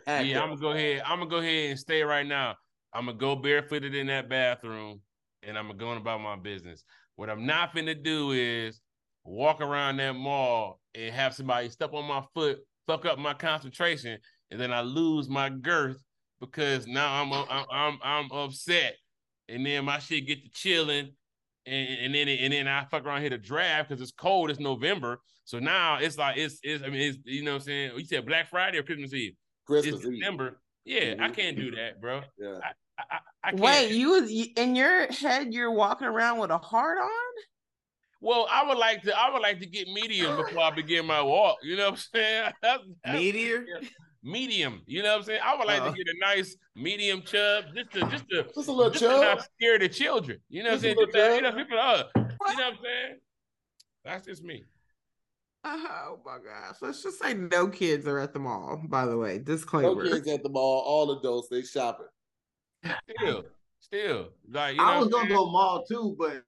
C: Packed
B: yeah,
C: up.
B: I'm gonna go ahead. I'm gonna go ahead and stay right now. I'm gonna go barefooted in that bathroom and I'm gonna go on about my business. What I'm not finna do is walk around that mall and have somebody step on my foot, fuck up my concentration, and then I lose my girth because now I'm I'm I'm, I'm upset, and then my shit get to chilling. And, and then and then I fuck around here to draft because it's cold. It's November, so now it's like it's it's I mean it's you know what I'm saying. You said Black Friday or Christmas Eve?
C: Christmas
B: it's
C: Eve.
B: December. Yeah, I
C: Mhm.
B: can't do that, bro.
C: Yeah.
B: I, I, I can't.
A: Wait, you was you- in your head? You're walking around with a heart on?
B: Well, I would like to. I would like to get medium before I begin my walk. You know what I'm saying? That's, that's
E: Meteor.
B: medium. You know what I'm saying? I would like
E: Uh-oh.
B: to get a nice medium chub, just to just to
C: Just a Uh-huh. little
B: just to not
C: chub.
B: scare the children. You know what I'm
C: Just a
B: saying?
C: little
B: Just to- you know,
C: chub.
B: people are- you know what I'm saying? That's just me.
A: Oh my gosh! Let's just say no kids are at the mall. By the way,
C: No
A: disclaimer.
C: kids at the mall. All adults. They shopping.
B: Still, still, like you know.
D: I was
B: what I'm
D: gonna go mall too, but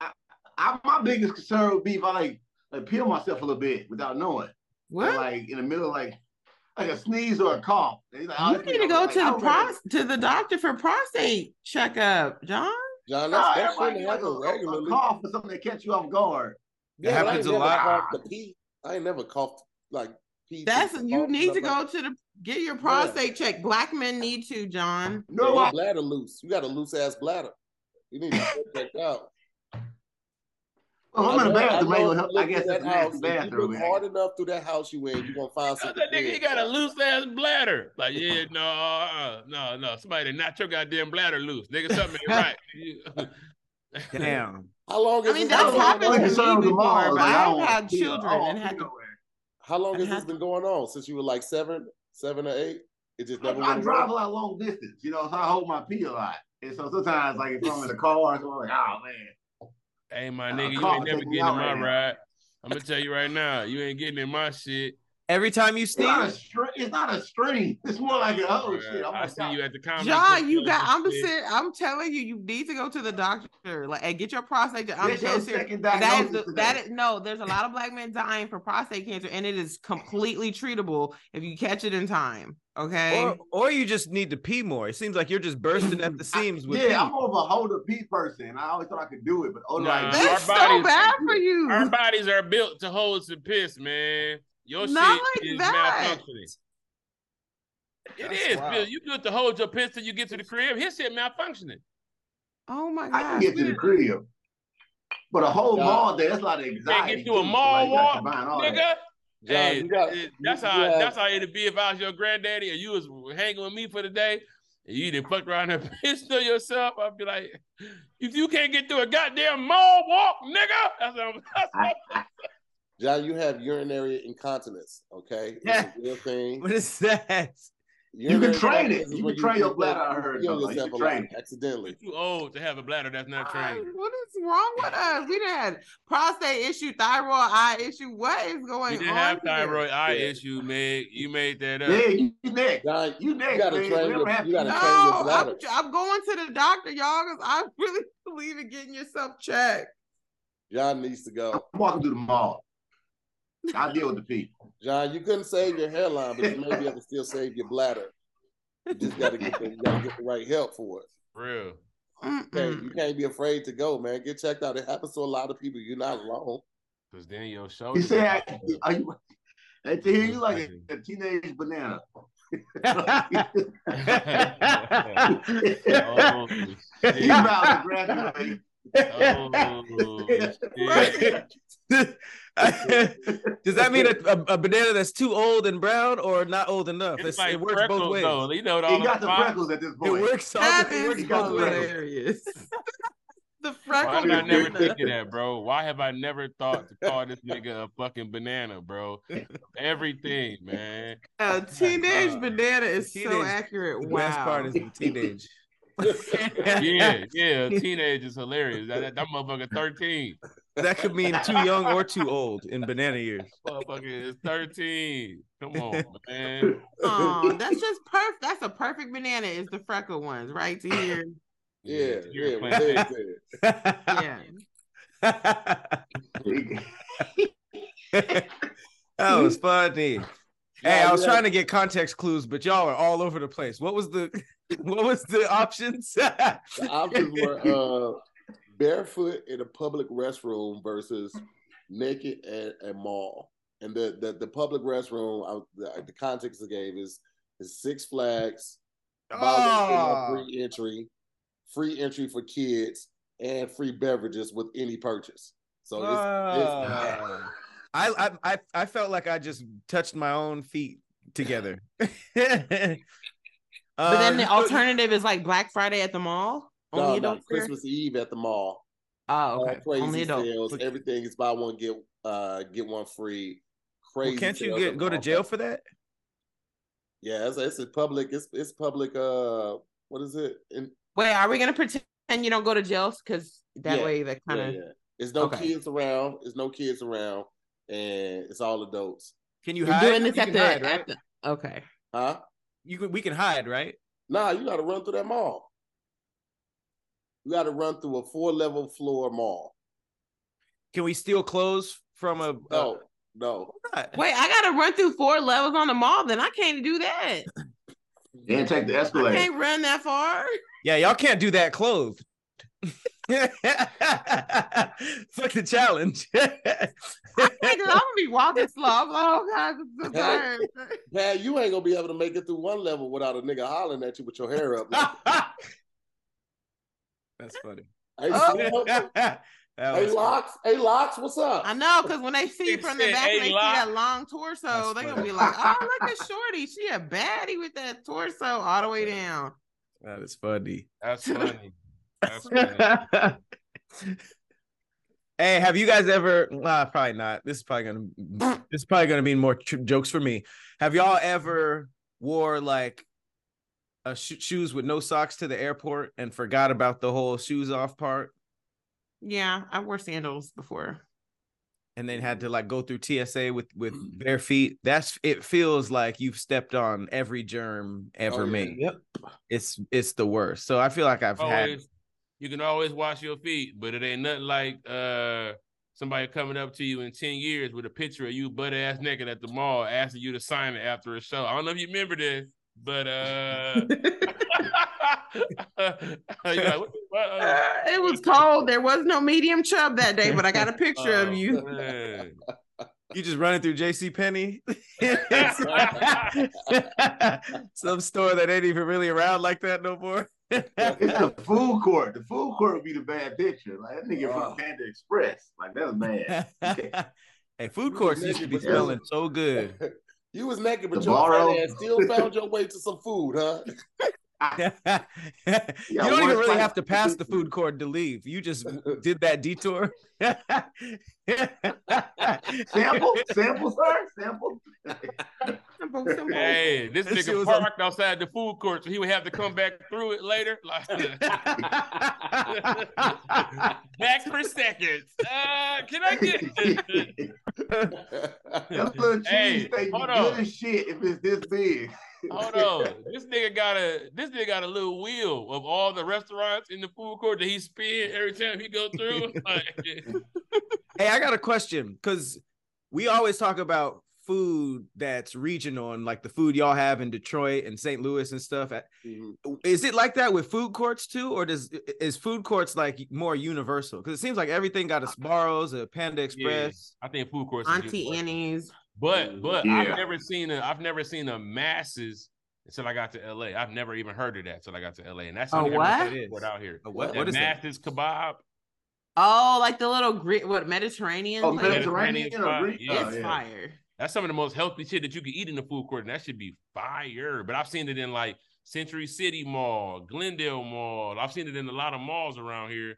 D: I, I my biggest concern would be if I like like peel myself a little bit without knowing.
A: What?
D: Like in the middle of like like a sneeze or a cough. And he's like, oh,
A: you
D: this
A: need
D: nigga-
A: to go
D: like,
A: to
D: I
A: the
D: would rather-
A: pros- to the doctor for prostate checkup, John.
C: John,
D: Nah,
C: that's, that shouldn't
D: everybody get, like,
C: happen
D: a, a
C: regularly.
D: cough or something that catch you off guard.
C: Yeah,
E: It
C: but I
E: happens
C: ain't
E: a
C: never
E: lot.
C: coughed to pee. I ain't never coughed like pee.
A: That's
C: to-
A: you need to
C: nothing like
A: go to the get your prostate check. Black men need to, John.
C: Yeah,
D: No,
C: your
D: I-
C: bladder loose. You got a loose ass bladder. You need to check that out.
D: well, Oh, I'm in
C: know-
D: the bathroom. I,
C: know if
D: ain't gonna
C: you
D: help.
C: look
D: I guess
C: through
D: it's a
C: house,
D: nasty
C: if You
D: bathroom.
C: look
D: man.
C: hard enough through that house you in, you gonna find
B: saying?
C: something.
B: That nigga, he
C: big.
B: got a loose ass bladder. Like, yeah, no, uh, no, no. Somebody not your goddamn bladder loose, nigga. Something ain't right. You-
E: Damn.
C: How long is
A: I mean,
C: this
A: that's
C: been going
A: happened
C: on?
A: to
D: Concerned
A: me
D: with the
A: before,
D: mall,
A: but
D: like, I don't
A: I've
D: wanna
A: had
D: feel- I
A: children
D: don't
A: and had to.
D: feel nowhere.
C: How long has
A: It
C: this
A: has
C: been going on? Since you were like seven, seven or eight? It just never
D: I, I
C: went
D: drive a
C: away?
D: lot long distance, you know, so I hold my pee a lot. And so sometimes, like, if I'm in the car, or something, I'm like, oh man,
B: Hey, my
D: Uh,
B: nigga, you
D: Carl,
B: ain't never getting
D: take me
B: in
D: out
B: my
D: right now.
B: ride. I'm gonna tell you right now, you ain't getting in my shit.
E: Every time you
D: it's not a
E: sneeze,
D: string. It's not a string. It's more like, a, oh shit,
B: Uh,
D: I'm
B: I
D: like,
B: see you at the comedy.
A: John,
B: club
A: you got.
B: and
A: I'm
B: shit.
A: saying. I'm telling you, you need to go to the doctor, like, and get your prostate. check- I'm
D: This your
A: dead serious.
D: second
A: That is
D: diagnosis.
A: the,
D: today.
A: that is no. There's a lot of black men dying for prostate cancer, and it is completely treatable if you catch it in time. Okay.
E: or, or you just need to pee more. It seems like you're just bursting at the seams with
D: yeah, I'm
E: pee.
D: more of a hold a pee person. I always thought I could do it, but oh,
B: Nah,
D: like,
B: Uh, our
A: That's so
B: bodies-
A: bad for you.
B: Our bodies are built to hold some piss, man. Your
A: Not like
B: shit is
A: that.
B: malfunctioning. It is.
E: wild.
B: Bill. You built to hold your piss till you get to the crib. His shit malfunctioning.
A: oh my
D: I can
A: gosh.
D: get to the crib. But a whole
C: Nah.
D: mall day, that's a lot of
B: Can't
D: anxiety.
B: get through a
D: too.
B: mall
D: Like, you gotta
B: walk,
D: combine all that.
B: nigga.
C: John,
B: Hey,
C: you got-
B: it-
C: you-
B: that's
C: you
B: how
C: have-
B: that's how it'd be if I was your granddaddy and you was hanging with me for the day and you didn't fuck around and piss to yourself. I'd be like, if you can't get through a goddamn mall walk, nigga, that's what I'm, that's what I'm
C: John, you have urinary incontinence, okay? It's a real thing.
E: What is that?
D: You can train it. You can train your bladder. I heard
C: You
D: though. You
C: yourself
D: can
C: a lot
D: train it.
C: accidentally.
B: Too old to have a bladder that's not trained.
A: What is wrong with us? We done had prostate issue, thyroid eye issue. What is going
B: You
A: on?
B: didn't have
A: here?
B: thyroid eye
C: Yeah.
B: issue, man. You made that up.
D: Yeah, you you next.
C: Y'all-
D: You next.
C: You gotta
D: man.
C: train
D: Whatever
C: your-
D: happened-
C: you gotta
A: No,
C: train your
A: I'm,
C: bladder.
A: I'm going to the doctor, y'all, because I really believe in getting yourself checked.
C: John needs to go.
D: I'm walking through the mall. I deal with the people.
C: John, you couldn't save your hairline, but you may be able to still save your bladder. You just gotta get the, you gotta get the right help for it.
B: For real.
C: Okay,
B: Hmm.
A: Mm-mm.
C: you can't be afraid to go, man. Get checked out. It happens to a lot of people. You're not alone.
B: Because then your shoulder.
D: You say, I- are you? I tell you, you like a, a teenage banana.
B: oh,
D: You
B: shit.
D: about to graduate.
B: Oh, shit.
E: Does that mean a, a, a banana that's too old and brown or not old enough?
B: It's
E: It's,
B: like
E: it works both
B: freckles,
E: ways.
B: though. You know, all
D: He got the
B: spots.
D: freckles at this
E: It
D: point.
E: works all
A: That
E: it works
A: is
E: both
D: got
E: ways.
A: hilarious. the
B: Why
A: freckle
B: did I never
A: banana.
B: think of that, bro? Why have I never thought to call this nigga a fucking banana, bro? Everything, man.
A: A teenage banana is so
E: Teenage-
A: accurate.
E: The
A: wow.
E: best part is the teenage.
B: Yeah, yeah. a Teenage is hilarious. That, that, that motherfucker 13.
E: That could mean too young or too old in banana years.
B: Motherfucker is 13. Come on, man.
A: Aw, Um, that's just perfect. That's a perfect banana. Is the freckle ones right to here?
C: Yeah,
B: you're
C: yeah.
B: playing
C: yeah,
B: big.
A: Yeah.
C: yeah.
E: that was funny. Hey,
C: Nah,
E: I was
C: you
E: trying to get context clues, but y'all are all over the place. What was the what was the options?
C: The options were uh, barefoot in a public restroom versus naked at a mall. And the, the, the public restroom, I, the, the context I gave is, is Six Flags, violation of
E: Ah.
C: free entry, free entry for kids, and free beverages with any purchase. So it's,
A: Oh,
C: it's
E: Ah. I, I- I I felt like I just touched my own feet together. Uh, Um,
A: But then the alternative is like Black Friday at the mall.
C: no,
A: Only
C: no,
A: adults there?
C: Christmas Eve at the mall.
A: Oh,
C: all
A: okay. Only
C: crazy
A: adults.
C: sales.
A: Okay.
C: Everything is buy one get uh get one free. Crazy.
E: can't you
C: sales
E: get
C: at
E: go to
C: mall.
E: jail for that?
C: Yeah, it's, it's a public. It's it's public. Uh, what is it? In,
A: Wait, are we gonna pretend you don't go to jail? Because that
C: Yeah.
A: way, that kind
C: yeah,
A: of.
C: yeah. It's no
A: Okay.
C: kids around. It's no kids around, and it's all adults.
E: Can you
A: You're
E: hide?
A: doing this
E: You
A: at
E: can
A: the,
E: hide, right?
A: at the. Okay.
C: Huh?
E: You can, we can hide, right?
C: Nah, you got to run through that mall. You got to run through a four level floor mall.
E: Can we steal clothes from a?
C: No, no.
E: Uh,
A: Wait, I gotta run through four levels on the mall. Then I can't do that.
D: And take the
A: I
D: escalator.
A: can't run that far.
E: yeah, y'all can't do that clothed. Fuck the challenge.
A: Like, I'm gonna be walking slow. I'm like, oh god, I'm so tired.
C: Yeah, you ain't gonna be able to make it through one level without a nigga hollering at you with your hair up. Like,
E: That's funny.
C: hey,
E: that
C: hey
E: was funny.
C: locks, hey locks, what's up?
A: I know, because when they see you
B: They
A: from the
B: said,
A: back and
B: "Hey,
A: they see
B: Locke."
A: that long torso,
E: That's
A: they're gonna
E: funny.
A: be like, oh, look at Shorty. She a baddie with that torso all the way down.
E: That is funny.
B: That's funny. That's funny.
E: hey, have you guys ever? Nah, probably not. This is probably gonna. This is probably gonna mean more tr- jokes for me. Have y'all ever wore like a sho- shoes with no socks to the airport and forgot about the whole shoes off part,
A: Yeah, I wore sandals before.
E: and then had to like go through TSA with with bare feet? That's it. Feels like you've stepped on every germ ever
C: yeah.
E: made. Yep. It's it's the worst. So I feel like I've had.
B: always you can always wash your feet, but it ain't nothing like uh somebody coming up to you in 10 years with a picture of you butt ass naked at the mall asking you to sign it after a show. I don't know if you remember this, but uh you're like, what the fuck? Oh,
A: Uh, it was cold. There was no medium chub that day, but I got a picture
B: Oh,
A: of you.
B: man.
E: You just running through J.C. Penney, some store that ain't even really around like that no more.
D: It's the food court. The food court would be the bad picture. Like that nigga
C: Oh.
D: from Panda Express. Like that's bad.
E: hey, food courts used to be smelling so good.
C: You was naked, but
D: The
C: your
D: borrow.
C: fat ass still found your way to some food, huh?
E: you don't even really have to pass the food court to leave. You just did that detour.
D: Sample, sample, sir, sample.
B: Hey, this
E: This shit
B: nigga
E: was
B: parked outside the food court, so he would have to come back through it later. Like, back for seconds. Uh, can I get?
D: That little
B: Hey,
D: cheese steak
B: hold
D: good
B: on.
D: as shit if it's this big.
B: Hold on, this nigga got a this nigga got a little wheel of all the restaurants in the food court that he spin every time he go through. Like,
E: Hey, I got a question because we always talk about food that's regional and like the food y'all have in Detroit and St. Louis and stuff.
C: Mm-hmm.
E: Is it like that with food courts too, or does is food courts like more universal? Because it seems like everything
B: Uh,
E: got a Sbarro's, a Panda Express.
B: I think food courts. is
A: Auntie
B: universal.
A: Annie's.
B: But but
D: Yeah.
B: I've never seen a I've never seen a masses until I got to LA. I've never even heard of that until I got to LA, and that's
A: A
B: something I
A: what?
B: haven't heard out here.
E: A What,
B: That
E: what is that?
B: masses kebab?
A: Oh, like the little grit, what Mediterranean?
D: Oh,
A: place?
B: Mediterranean
D: Mediterranean
B: spot,
D: or Greek?
B: yeah.
D: Oh,
A: It's
D: yeah.
A: fire.
B: That's some of the most healthy shit that you can eat in the food court, and that should be fire. But I've seen it in like Century City Mall, Glendale Mall. I've seen it in a lot of malls around here,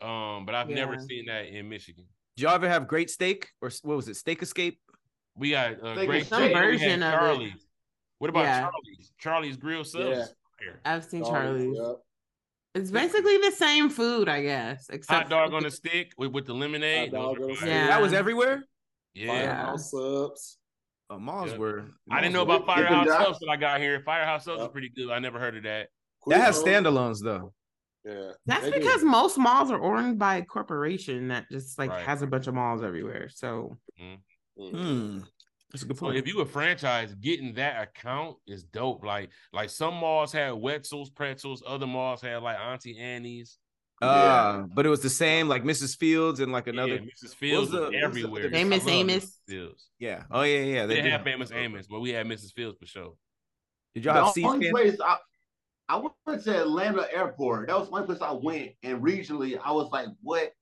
B: um, but I've never
A: Yeah.
B: seen that in Michigan.
E: Do y'all ever have Great Steak or s- what was it, Steak Escape?
B: We got uh,
D: They
B: great
D: got some
B: Steak, we had
A: version of it.
B: Charlie's. What about
A: Yeah.
B: Charlie's? Charlie's Grill Subs.
C: Yeah.
B: is fire.
A: I've seen
C: Oh,
A: Charlie's.
C: yeah.
A: It's basically the same food, I guess. Except
B: Hot dog on a stick with, with the lemonade. Those
C: Hot dog
B: are
C: on a
B: fire.
A: Yeah.
E: That was everywhere.
B: yeah.
C: Firehouse subs.
E: Oh, malls
B: Yeah.
E: were.
B: I didn't know
E: malls
B: about
D: Get the
B: Firehouse
D: dots.
B: Subs till I got here. Firehouse Subs is
C: Yep.
B: pretty good. I never heard of that.
E: were- That has
C: Quick
E: standalones though.
C: Yeah.
A: That's
C: They do.
A: because most malls are owned by a corporation that just like
B: Right.
A: has a bunch of malls everywhere. So
C: Mm.
E: Hmm. That's a good
B: So
E: point.
B: if you a franchise, getting that account is dope. Like like some malls had Wetzel's pretzels, other malls had like Auntie Annie's.
E: Uh, but it was the same, like Mrs. Fields and like
B: Another
E: another.
B: Mrs. Fields
E: the-
B: was
E: what's the-
B: everywhere.
E: I
A: Famous
E: love
A: Amos.
B: Fields.
E: Yeah. Oh yeah, yeah.
B: They,
E: do
B: had
E: have-
B: famous Amos, but we had Mrs. Fields for sure.
E: Did y'all have
D: The
E: C
D: only
E: SPAN?
D: place I, I went to Atlanta Airport. That was the only place I went, and regionally, I was like, "What?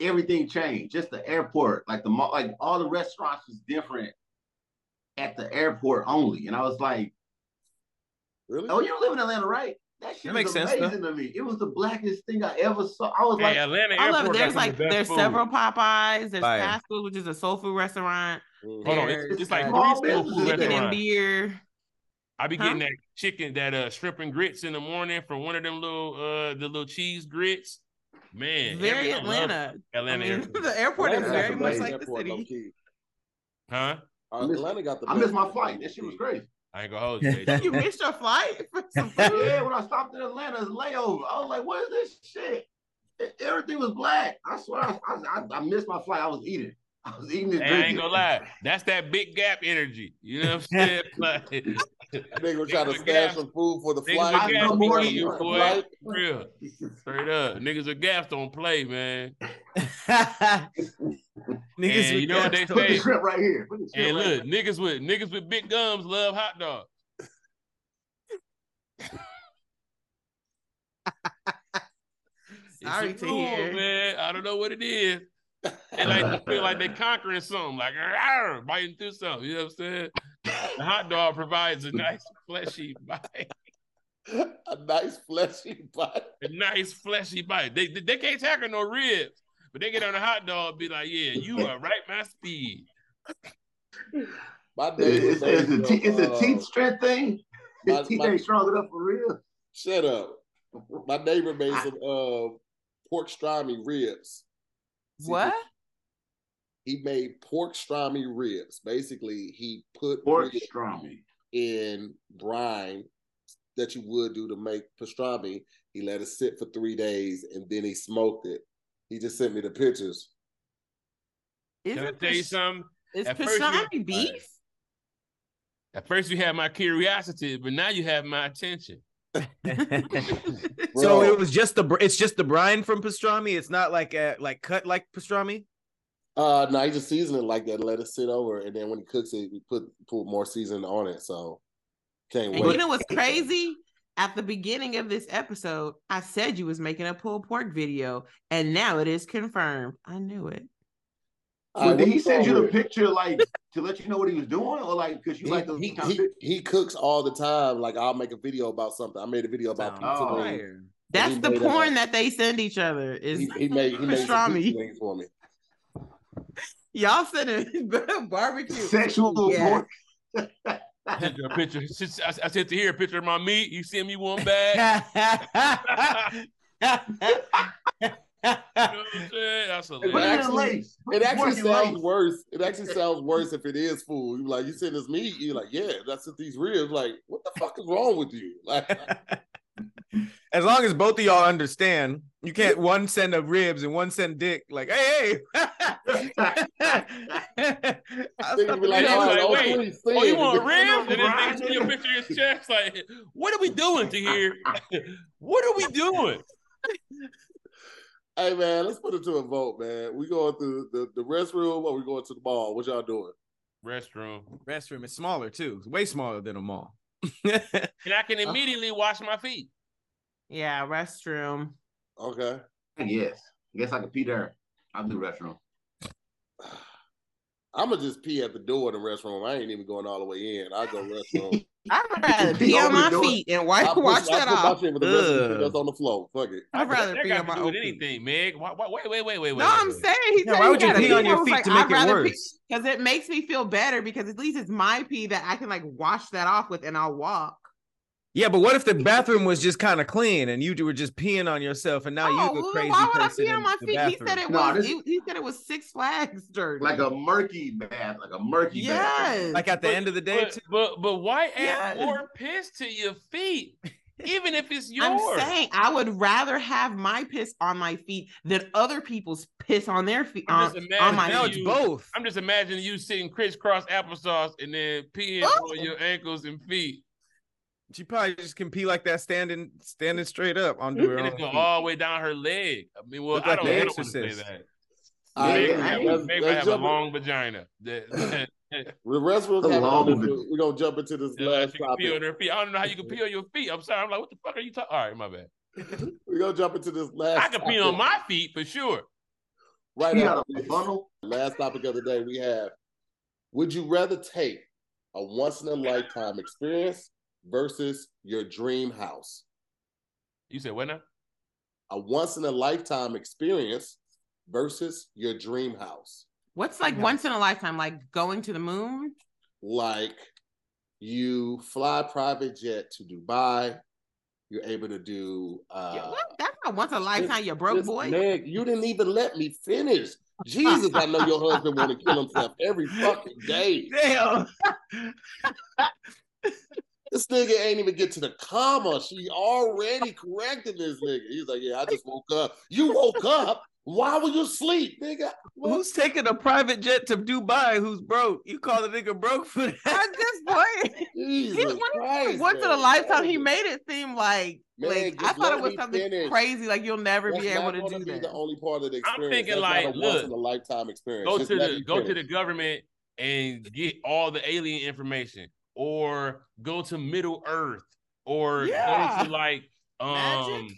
D: Everything changed. Just the airport, like the mall, like all the restaurants was different at the airport only." And I was like,
C: Really?
D: "Oh, you live in Atlanta, right? That shit
E: That makes
D: was
E: sense,
D: amazing to me. It was the blackest thing I ever saw. I was
B: Hey,
D: like,
B: Atlanta
A: I
B: Airport.
A: love
B: got
A: there's
B: some of
A: like
B: the best
A: there's
B: food.
A: several Popeyes, there's
E: Fire.
A: Fast Food, which is a soul food restaurant,
C: Mm.
B: Hold on,
A: there's
B: it's, it's like
D: Small
B: three soul food
D: businesses.
A: chicken and
B: restaurants.
A: beer.
B: I be
A: Huh?
B: getting that chicken, that uh shrimp and grits in the morning from one of them little uh the little cheese grits. Man,
A: Very
B: everyone loves
A: Atlanta. I
B: Atlanta
A: mean,
B: Airport.
A: the airport is
C: Atlanta got
A: very
C: the
A: much
C: best
A: like the
C: airport,
A: city.
C: low-key.
B: Huh?
C: Uh, Atlanta got the
D: I missed
C: best
D: my
C: airport,
D: flight. That shit was
C: low-key.
D: crazy.
B: I ain't gonna hold you. J.
A: You missed your flight for some food.
D: yeah, when I stopped in Atlanta, it's layover. I was like, what is this shit? E- Everything was black. I swear, I, I, I missed my flight. I was eating. I was eating and
B: Hey, I
D: drinking.
B: ain't gonna lie. That's that big gap energy. You know what I'm saying? Like,
C: Nigga was trying to
B: Niggas with gas-
C: stash some food for the
B: niggas
C: flight.
B: with gas
D: I know
B: be
D: more
C: Trying to
B: eating,
C: miss the
D: than
B: boy.
D: you,
C: flight.
B: For Real. Straight up. Niggas with gas don't play, man.
E: Niggas
B: And
E: with
B: you know what
E: gas
B: they
D: Put the
B: say?
E: don't-
D: shrimp right here. Put the shrimp
B: And
D: right
B: look, niggas with niggas with big gums love hot dogs. It's a
A: Sorry to
B: rule,
A: hear.
B: man. I don't know what it is. They like they feel like they conquering something, like "Arr," biting through something. You know what I'm saying? The hot dog provides a nice fleshy bite.
C: A nice fleshy bite.
B: a nice fleshy bite. They, they they can't tackle no ribs, but they get on a hot dog and be like, "Yeah, you are right my speed."
C: My
D: It-
C: neighbor
D: It's, it's
C: named
D: a te- it's a
C: uh,
D: teeth strength thing. His
C: my-
D: teeth
C: my-
D: ain't strong enough for real.
C: Shut up. My neighbor made some uh, pork strami ribs.
A: What?
C: He made pork strami ribs. Basically, he put
D: Pork
C: ribs
D: strami.
C: in brine that you would do to make pastrami. He let it sit for three days and then he smoked it. He just sent me the pictures.
A: Is
B: Can I
A: it
B: tell you
A: pas-
B: something?
A: Is
B: At first you-
A: pastrami beef?
B: At first you had my curiosity, but now you have my attention.
C: Bro,
E: so it was just the br- it's just the brine from pastrami. It's not like a, like cut like pastrami.
C: uh no, he just seasoned it like that, let it sit over, and then when he cooks it, he put put more seasoning on it. So can't
A: And
C: wait.
A: you know what's crazy? At the beginning of this episode, I said you was making a pulled pork video, and now it is confirmed. I knew it.
D: But did he send you the picture like to let you know what he was doing, or like because you like the
C: He, he, he cooks all the time. Like I'll make a video about something. I made a video about pizza
D: Oh.
C: wings.
E: Fire.
A: That's
C: He
A: the
C: made a-
A: porn that they send each other. Is
C: He, he made he made some
A: Pastrami.
C: pizza wings for me.
A: y'all sending barbecue?
D: sexual
A: Yeah.
D: porn?
B: I sent you a picture. I I sent you here a picture of my meat. You send me one bag. You know what I'm saying? That's
D: Put it
B: hilarious.
D: in
C: actually-
D: lace. Put
C: It
D: the
C: actually
D: pork in
C: sounds
D: lace.
C: worse. It actually sounds worse if it is food. You like you send this meat. You like yeah, that's at these ribs. Like what the fuck is wrong with you? Like
E: As long as both of y'all understand, you can't one send a ribs and one send dick. Like, hey, hey. I was
C: niggas be like,
E: about to-
B: Yeah,
C: all right,
B: like,
C: oh,
B: wait.
C: please
B: Oh, you
C: send.
B: want ribs? And then
D: Right.
B: they see a picture of his chest. Like, what are we doing to here? what are we doing?
C: Hey man, let's put it to a vote, man. We going through the, the restroom or we going to the mall? What y'all doing?
B: Restroom.
E: restroom is smaller too. It's way smaller than a mall.
B: And I can
A: Uh,
B: immediately wash my feet.
A: Yeah, restroom.
C: Okay.
D: Yes. I guess I could pee there. I'll do restroom.
C: I'ma just pee at the door of the restroom. I ain't even going all the way in. I go restroom.
A: I'd rather pee
D: You
A: on my
D: overdo it.
A: feet and
C: I
A: wipe,
C: put-
A: wash that
C: I put my
A: off.
C: shit with the rest of the shit
E: Ugh.
C: that's on the floor. Fuck it.
A: I'd rather
B: That
A: pee
B: got
A: on my
B: to
A: own
B: do with
A: feet.
B: anything, Meg. Why, why, wait, wait, wait, wait,
A: No,
B: wait,
A: I'm
B: wait.
A: saying he
E: Yeah,
A: said
E: why
A: he
E: would you
A: gotta
E: pee on your
A: I was
E: feet
A: like,
E: to make
A: I'd
E: it
A: rather
E: worse?
A: Because it makes me feel better because at least it's my pee that I can like wash that off with and I'll walk.
E: Yeah, but what if the bathroom was just kind of clean and you were just peeing on yourself and now
A: oh,
E: you the
A: well,
E: crazy
A: why would I
E: person
A: pee on
E: in
A: my
E: the
A: feet? He said
E: bathroom?
A: it
D: No,
A: was
D: this-
A: he, he said it was six flags dirty.
D: Like a murky bath, like a murky bath.
A: yes.
E: Like at the
B: But-
E: end of the day,
B: But,
E: too.
B: but but why add
A: Yes.
B: more piss to your feet, even if it's yours?
A: I'm saying I would rather have my piss on my feet than other people's piss on their feet
B: I'm
A: on,
B: just
A: on
B: imagining
A: my
E: now
A: feet.
E: it's
B: you-
E: both.
B: I'm just imagining you sitting crisscross applesauce and then peeing
A: Oh.
B: on your ankles and feet.
E: She probably just can pee like that, standing standing straight up onto her
B: And it
E: own.
B: go
E: feet.
B: all the way down her leg. I mean, well,
E: Look
B: I
E: like
B: don't,
E: The
B: I don't want to say
E: Exorcist.
B: that.
C: All right,
B: Maybe,
D: Yeah, I-
C: let's-
B: maybe I
C: let's
B: have a
C: jump in-
B: long vagina. That-
C: The restroom's
D: The
C: having
D: long-
C: an issue. We're gonna jump into this
B: Yeah,
C: last
B: she can pee
C: topic.
B: on her feet. I don't know how you can pee on your feet. I'm sorry. I'm like, what the fuck are you talking? All right, my bad.
C: We're gonna jump into this last
B: I can pee on
C: topic
B: my feet for sure.
C: right
D: You
C: now.
D: got a funnel.
C: Last topic of the day we have Would you rather take a once in a lifetime experience versus your dream house?
B: You said what now?
C: A once in a lifetime experience versus your dream house.
A: What's like
E: Yeah.
A: once in a lifetime, like going to the moon?
C: Like you fly private jet to Dubai, you're able to do uh
A: Yeah, what? That's not once in a lifetime, you broke
C: Just-
A: boy.
C: Meg, you didn't even let me finish. Jesus, I know your husband want to kill himself every fucking day.
E: Damn.
C: This nigga ain't even get to the comma. She already corrected this nigga. He's like, yeah, I just woke up. You woke up. Why were you asleep, nigga? What?
E: Who's taking a private jet to Dubai? Who's broke? You call the nigga broke for that?
A: At this point,
C: Jesus
A: he, when he said
C: Christ,
A: once in a
C: Meg.
A: lifetime, he made it seem like
C: Man,
A: like I
C: just
A: thought
C: let
A: it was
C: me
A: something
C: finish.
A: crazy. Like you'll never
C: That's
A: be
C: not
A: able to
C: gonna
A: do
C: be
A: that.
C: the only part of the
B: I'm
C: experience.
B: thinking
C: That's not
B: like,
C: a once
B: look,
C: in a lifetime experience.
B: Go
C: Just
B: to
C: let
B: the
C: me
B: go to
C: finish.
B: the government and get all the alien information, or go to Middle Earth, or
A: Yeah.
B: go to like um
A: Magic?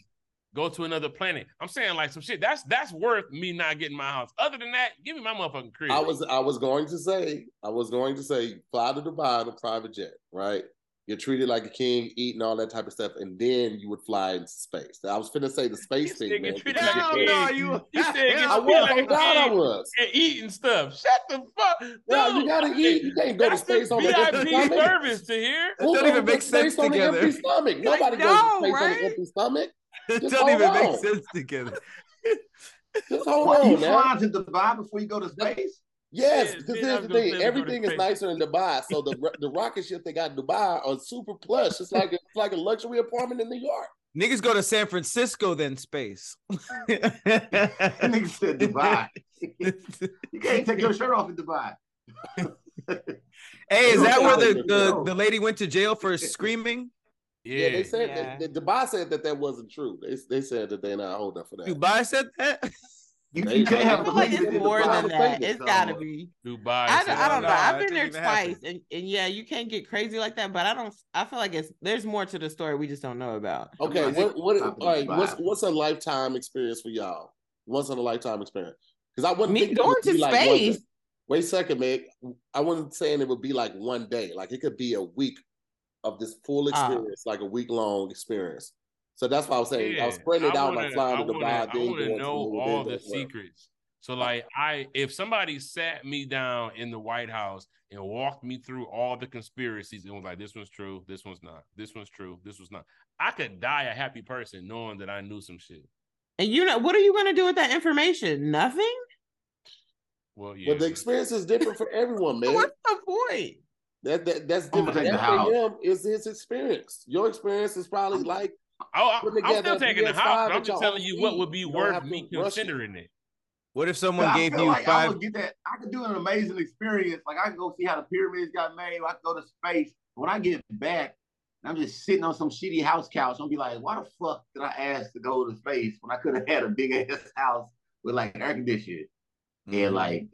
B: go to another planet. I'm saying like some shit. That's that's worth me not getting my house. Other than that, give me my motherfucking crib.
C: I was I was going to say I was going to say fly to Dubai on a private jet, right? You're treated like a king, eating all that type of stuff, and then you would fly into space. I was finna say the space
B: This
C: thing,
B: nigga
C: man.
B: treated
C: because
B: like a king.
C: you-
E: no, you.
B: He said get
E: Hell
C: I
B: treated
C: was,
B: like
C: I'm
B: a
C: glad I
B: king.
C: was.
B: and eating stuff. Shut the fuck.
C: No,
B: No,
C: you gotta eat. You can't go to
B: that's
C: space
B: the
C: on an empty
B: VIP
C: stomach.
B: service to here.
E: It don't
C: goes
E: even
C: to
E: make
C: space
E: sense
C: on an empty
E: together.
C: stomach.
A: Like,
C: Nobody goes to
A: no,
C: space on an
A: right?
C: empty stomach.
E: It
C: Just
E: don't even
C: hold
E: make
C: on.
E: sense together.
C: Just hold
D: What, you
C: on, man.
D: flying to Dubai before you go to space?
C: Yes,
B: Yeah,
C: because
B: then
C: here's
B: I
C: the
B: was gonna say
C: thing:
B: we go to
C: everything is
B: space.
C: nicer in Dubai. So the the rocket ship they got in Dubai are super plush. It's like it's like a luxury apartment in New York.
E: Niggas go to San Francisco, then space.
D: That nigga said Dubai. you can't take your shirt off in Dubai.
E: Hey, is that where the,
C: Dubai.
E: the, the lady went to jail for screaming?
B: Yeah,
C: Yeah, they said
A: Yeah.
C: That, that Dubai said that that wasn't true. They they said that they're not holding up for that.
E: Dubai said that?
D: You,
C: There
D: you
C: you go.
D: can't
A: I
D: have
A: feel like
D: police
A: it's
D: in
A: more
D: Dubai.
A: than that.
C: Vegas,
A: It's gotta be.
B: Dubai.
A: I,
B: said
A: I don't know.
E: No,
A: I've
E: it
A: been there
E: didn't even happen.
A: twice, and, and yeah, you can get crazy like that. But I don't. I feel like it's there's more to the story we just don't know about.
C: Okay,
D: Come on,
C: what what
D: Dubai.
C: all right, what's what's a lifetime experience for y'all? Once in a lifetime experience. Because I wasn't
A: Me
C: thinking it
A: going
C: would
A: to
C: be like one
A: space.
C: day. Wait a second, man. I wasn't saying it would be like one day. Like it could be a week of this full
A: Ah.
C: experience, like a week long experience. So that's why I was saying I was spreading it
B: I
C: out
B: wanna-
C: like
B: I
C: flying to Dubai.
B: wanna- I
C: then
B: want to
C: going to
B: know
C: Louisville,
B: all
C: then
B: the
C: to Atlanta.
B: secrets. So, like, I if somebody sat me down in the White House and walked me through all the conspiracies and was like, "This one's true, this one's not, this one's true, this was not," I could die a happy person knowing that I knew some shit.
A: And you know what are you going to do with that information? Nothing.
B: Well, yeah,
C: But the experience is different for everyone, man.
A: What's the point?
C: That, that that's
D: I'm gonna
C: different.
D: take the
C: That
D: house.
C: for him is his experience. Your experience is probably like
B: Oh, I,
C: put
B: am
C: together
B: still
C: a
B: taking the
C: PS5
B: house. but I'm
C: that
B: just
C: y'all
B: telling you
C: need.
B: what would be
C: You don't
B: worth
C: have to
B: me
C: rush it.
B: considering it.
E: What if someone
D: I
E: gave
D: feel
E: you
D: like I
E: five?
D: would get that. I could do an amazing experience. Like I can go see how the pyramids got made. I can go to space. When I get back, and I'm just sitting on some shitty house couch. I'm be like, why the fuck did I ask to go to space when I could have had a big ass house with like air conditioning
E: Mm-hmm.
D: and like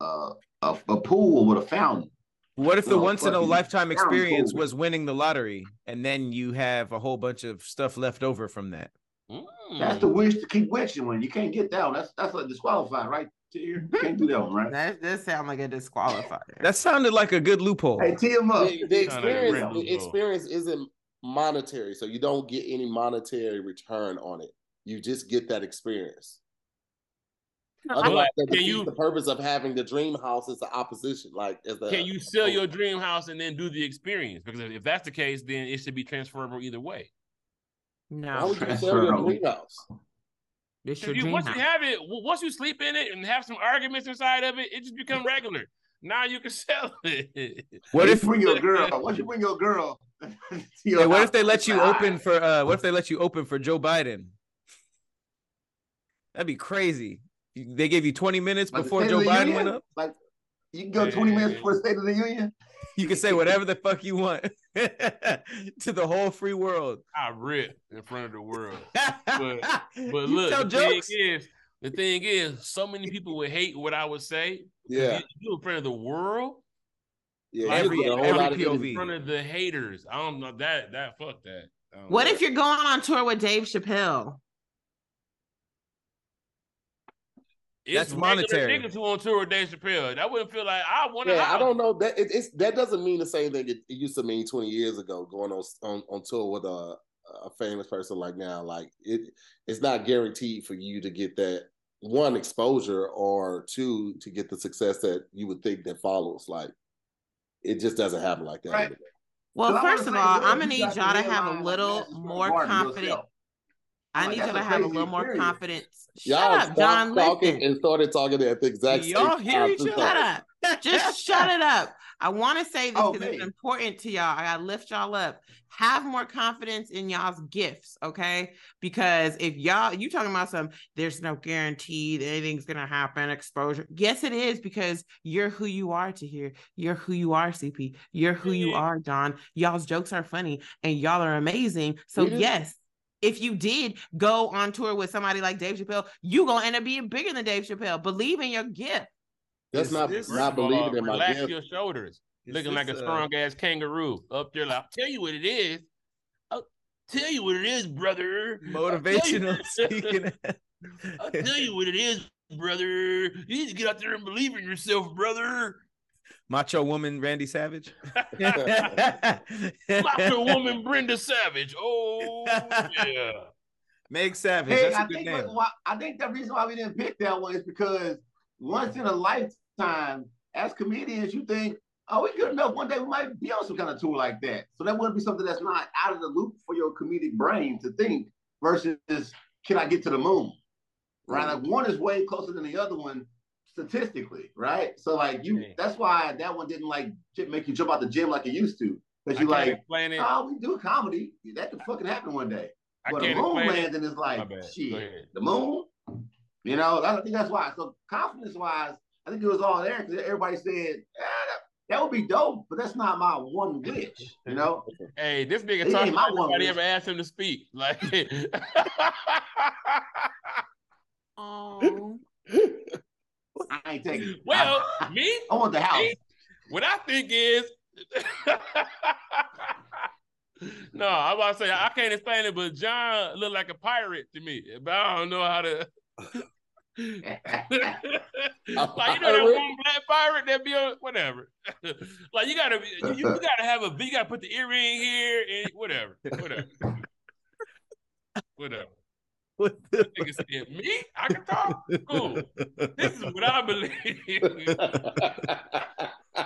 D: uh, a, a pool with a fountain?
E: What if the
D: No,
E: once in a
D: fucking
E: lifetime
D: sound
E: experience
D: cool.
E: was winning the lottery, and then you have a whole bunch of stuff left over from that?
D: That's
B: Mm.
E: Mm-hmm.
D: the wish to keep wishing when you can't get that one. That's that's like disqualified, right? Tier? You can't do that one, right?
A: That does sound like a disqualifier.
E: That sounded like a good loophole.
D: Hey, tee him
A: Oh.
D: up.
C: the, the
B: Kinda
C: experience
B: random.
C: the experience isn't monetary so you don't get any monetary return on it you just get that experience otherwise that
B: can
C: defeats
B: you-
C: the purpose of having the dream house is the opposition like is the
B: Can you sell your dream house and then do the experience? Because if that's the case, then it should be transferable either way.
C: how
A: no,
C: would you sell your dream house
A: it's your
B: If you,
A: dream
B: once
A: house.
B: you have it, w- once you sleep in it and have some arguments inside of it, it just become regular. Now you can sell it.
E: What if
D: you bring your girl? What you bring your girl? to your
E: hey, what
D: house?
E: if they let you
D: Ah,
E: open for uh what if they let you open for Joe Biden? That'd be crazy. You- They gave you 20 minutes
D: like the
E: before
D: State
E: Joe
D: of the
E: Biden
D: Union?
E: went up.
D: Like you can go 20 minutes
B: Yeah.
D: before the State of the Union.
E: You can say whatever the fuck you want to the whole free world.
B: I rip in front of the world.
E: but
B: But
E: you
B: look,
E: tell
B: the
E: jokes.
B: thing is, the thing is, so many people would hate what I would say.
C: yeah
B: You- You in front of the world,
C: yeah
E: Every-
C: you get a whole
E: every
C: lot of
E: POV.
C: energy.
B: in front of the haters. I don't know that. That fuck that. I don't
A: What
B: know.
A: if you're going on tour with Dave Chappelle?
B: It's
E: That's
B: regular
E: monetary.
B: Niggas who on tour with Dave Chappelle, that wouldn't feel like I want to.
C: yeah, I don't know that it, it's that doesn't mean the same thing it, it used to mean twenty years ago. Going on on, on tour with a a famous person like now, like it, it's not guaranteed for you to get that one exposure or two to get the success that you would think that follows. Like it just doesn't happen like that.
D: Right.
C: anymore.
A: Well,
D: But I wanna
A: first of
D: say,
A: all,
D: what if
A: I'm gonna
D: you
A: need
D: got
A: y'all to
D: real
A: have
D: line
A: a
D: like
A: little
D: Madison Square
A: more
D: Garden
A: confident.
D: yourself?
A: I
D: Like,
A: need
D: that's
A: y'all to
D: a
A: have a
D: crazy
A: little more
D: experience.
A: confidence.
C: Y'all
A: Shut up,
C: stopped
A: John.
C: talking
A: Listen,
C: and started talking at the exact
E: Do
C: same
E: y'all hear
C: time
E: each
C: two
E: other?
A: shut
C: times.
A: up. Just shut it up. I want to say this
D: Oh,
A: because it's
D: me.
A: important to y'all. I gotta lift y'all up. Have more confidence in y'all's gifts, okay? Because if y'all you talking about some, there's no guarantee that anything's gonna happen. Exposure. Yes, it is because you're who you are to here. You're who you are, CP. You're who you
B: Yeah.
D: Mm-hmm.
A: are, Don. Y'all's jokes are funny and y'all are amazing. So
C: We didn't-
A: yes. If you did go on tour with somebody like Dave Chappelle, you gonna end up being bigger than Dave Chappelle. Believe in your gift.
C: That's
E: This-
C: not
E: this-
C: not
B: First of all,
C: believing in my
B: Relax
C: gift.
B: your shoulders,
E: Is
B: looking like a
E: this, uh,
B: strong ass kangaroo up there. Like, I'll tell you what it is. I'll tell you what it is, brother.
E: motivational speaking.
B: I'll tell you what it is, brother. You need to get out there and believe in yourself, brother.
E: Macho woman Randy Savage.
B: Macho woman Brenda Savage. Oh yeah.
E: Meg Savage.
D: Hey,
E: that's a
D: I
E: good
D: think,
E: name.
D: what- why, I think the reason why we didn't pick that one is because once in a lifetime, as comedians, you think, oh, we good enough. One day we might be on some kind of tour like that. So that wouldn't be something that's not out of the loop for your comedic brain to think versus can I get to the moon? Right?
B: Mm-hmm.
D: Like one is way closer than the other one statistically, right? So like you
B: Yeah.
D: that's why that one didn't like j- make you jump out the gym like it used to.
B: I can't
D: Because you're like,
B: explain it. I
D: oh, we do comedy. That could fucking happen one day. But the
B: can't
D: moon
B: explain it.
D: landing is
B: My
D: like
B: bad. Go
D: shit.
B: ahead.
D: The moon, you know, I think that's why. So confidence wise, I think it was all there because everybody said "Ah, that, that would be dope, but that's not my one wish, you know.
B: Hey, this
D: It
B: nigga
D: ain't
B: talking
D: my
B: about
D: one
B: nobody
D: wish.
B: ever asked him to speak. Like,
A: Oh.
D: I ain't taking. It.
B: well,
D: I,
B: me,
D: I want the house.
B: me, what I think is, no, I'm about to say I can't explain it, but John looked like a pirate to me, but I don't know how to. like you know that one black pirate that be on whatever. like you gotta be, you, you gotta have a you gotta put the earring here and whatever, whatever, whatever.
E: What
B: That nigga said, me? I can talk. Cool. This is what I believe.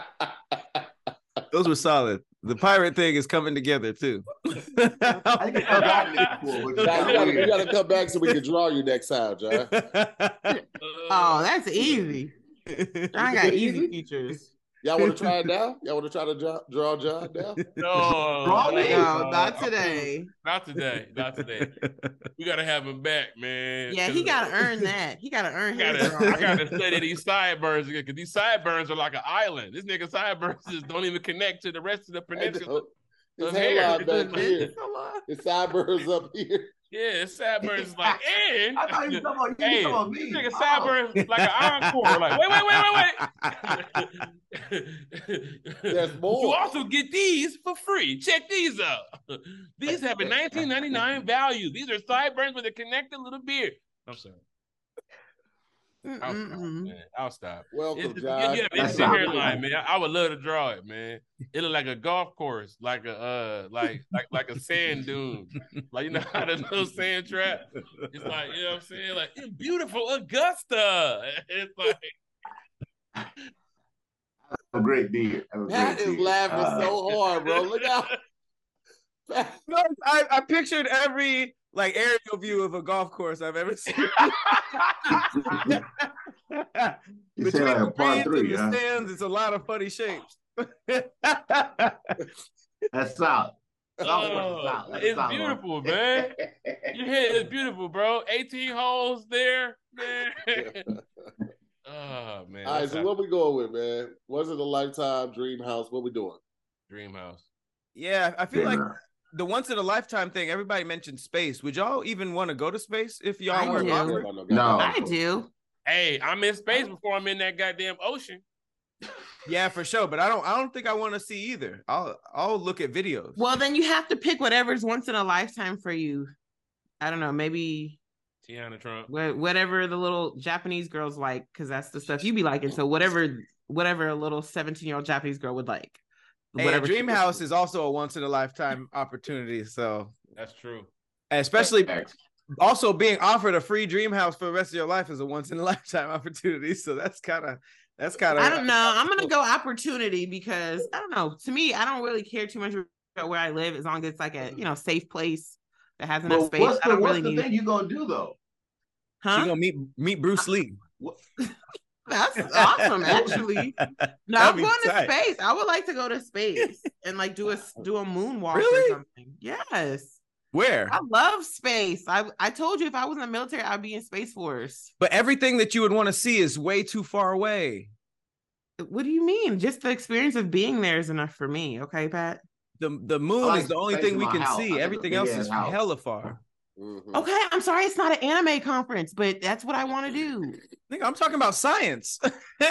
E: Those were solid. The pirate thing is coming together too.
D: I think I got this before, which is
C: Nah,
D: kinda
C: you, gotta, you
D: weird.
C: gotta come back so we can draw you next time, John.
A: Oh, that's easy. I got easy features.
C: Y'all want to try it now? Y'all want to try to draw, draw John now?
B: no,
D: Wrong
B: no,
D: name.
A: No,
B: Oh, I'm
A: not
B: feeling-
A: today.
B: Not today. Not today. We gotta have him back, man.
A: Yeah, he
B: 'Cause
A: gotta earn that. He gotta earn
B: I
A: his
B: gotta,
A: drawing.
B: I gotta study these sideburns again because these sideburns are like an island. This nigga sideburns just don't even connect to the rest of the peninsula.
C: His
B: His hair.
C: hairline back here. His sideburns up here.
B: Yeah, his sideburns is like, and
D: I thought you was talking about you.
B: Hey,
D: you talking about me.
B: this nigga
D: Oh.
B: sideburns is like an encore. Like, wait, wait, wait, wait, wait.
C: There's
B: You
C: more.
B: also get these for free. Check these out. These have a 19.99 value. These are sideburns with a connected little beard. I'm sorry. I'll stop,
A: Mm-mm-mm.
B: man. I'll stop.
C: Welcome,
B: It's, yeah,
C: John.
B: yeah, it's
D: That's
B: the
D: not-
B: hairline, man. I would love to draw it, man. It look like a golf course, like a uh, like like like a sand dune, like you know how the little sand trap. It's like you know what I'm saying, like in beautiful Augusta. It's like
D: Have a great beard. Have a
C: Pat
D: great
C: is
D: beard.
C: laughing
D: Uh,
C: so hard, bro. Look out. Pat-
E: No, I, I pictured every like aerial view of a golf course I've ever seen.
D: You say like a part
E: greens and
D: three, huh?
E: the stands, it's a lot of funny shapes.
D: That's solid. Golf course is
B: oh,
D: solid. That's
B: it's
D: solid.
B: beautiful, man. Your head is beautiful, bro. 18 holes there, man. oh man,
C: All right,
B: that's
C: so
B: our
C: what we going with, man? Was it a lifetime dream house? What we doing?
B: dream house.
E: yeah, I feel
D: Yeah,
E: like
D: man.
E: the once in a lifetime thing. Everybody mentioned space. Would y'all even want to go to space if y'all
A: I
E: weren't
A: do.
E: awkward?
D: No.
A: I do.
B: Hey, I'm in space before I'm in that goddamn ocean.
E: Yeah, for sure. But I don't. I don't think I want to see either. I'll. I'll look at videos.
A: Well, then you have to pick whatever's once in a lifetime for you. I don't know, maybe
B: Tiana Trump.
A: wha- whatever the little Japanese girls like, because that's the stuff you be liking. So whatever, whatever a little seventeen-year-old Japanese girl would like.
E: Hey, a
A: whatever she
E: dream
A: would-
E: house is also a once in a lifetime opportunity. So,
B: That's true.
E: especially
D: Facts.
E: also being offered a free dream house for the rest of your life is a once in a lifetime opportunity. So that's kind of that's kind of
A: I don't know. I'm gonna go opportunity because I don't know. To me, I don't really care too much about where I live as long as it's like a you know safe place that has enough
D: But
A: space.
D: what's
A: I
D: the,
A: don't
D: what's
A: really
D: the
A: need.
D: thing you gonna do though?
E: You're
A: Huh?
E: gonna meet meet Bruce Lee.
A: That's awesome, actually. No,
E: That'd
A: I'm
E: be
A: going
E: tight.
A: to space. I would like to go to space and like do a do a moonwalk
E: Really?
A: or something. Yes,
E: Where?
A: I love space. I I told you if I was in the military, I'd be in space force.
E: But everything that you would want to see is way too far away.
A: What do you mean? Just the experience of being there is enough for me. Okay, Pat.
E: The the moon
D: like
E: is the only
D: space
E: thing
D: in
E: we
D: my
E: can
D: house. I
E: see.
D: like a
E: Everything else
D: big-ass
E: is
D: house.
E: hella far.
C: Mhm.
A: Okay, I'm sorry it's not an anime conference, but that's what I want to do.
E: Nigga, I'm talking about science.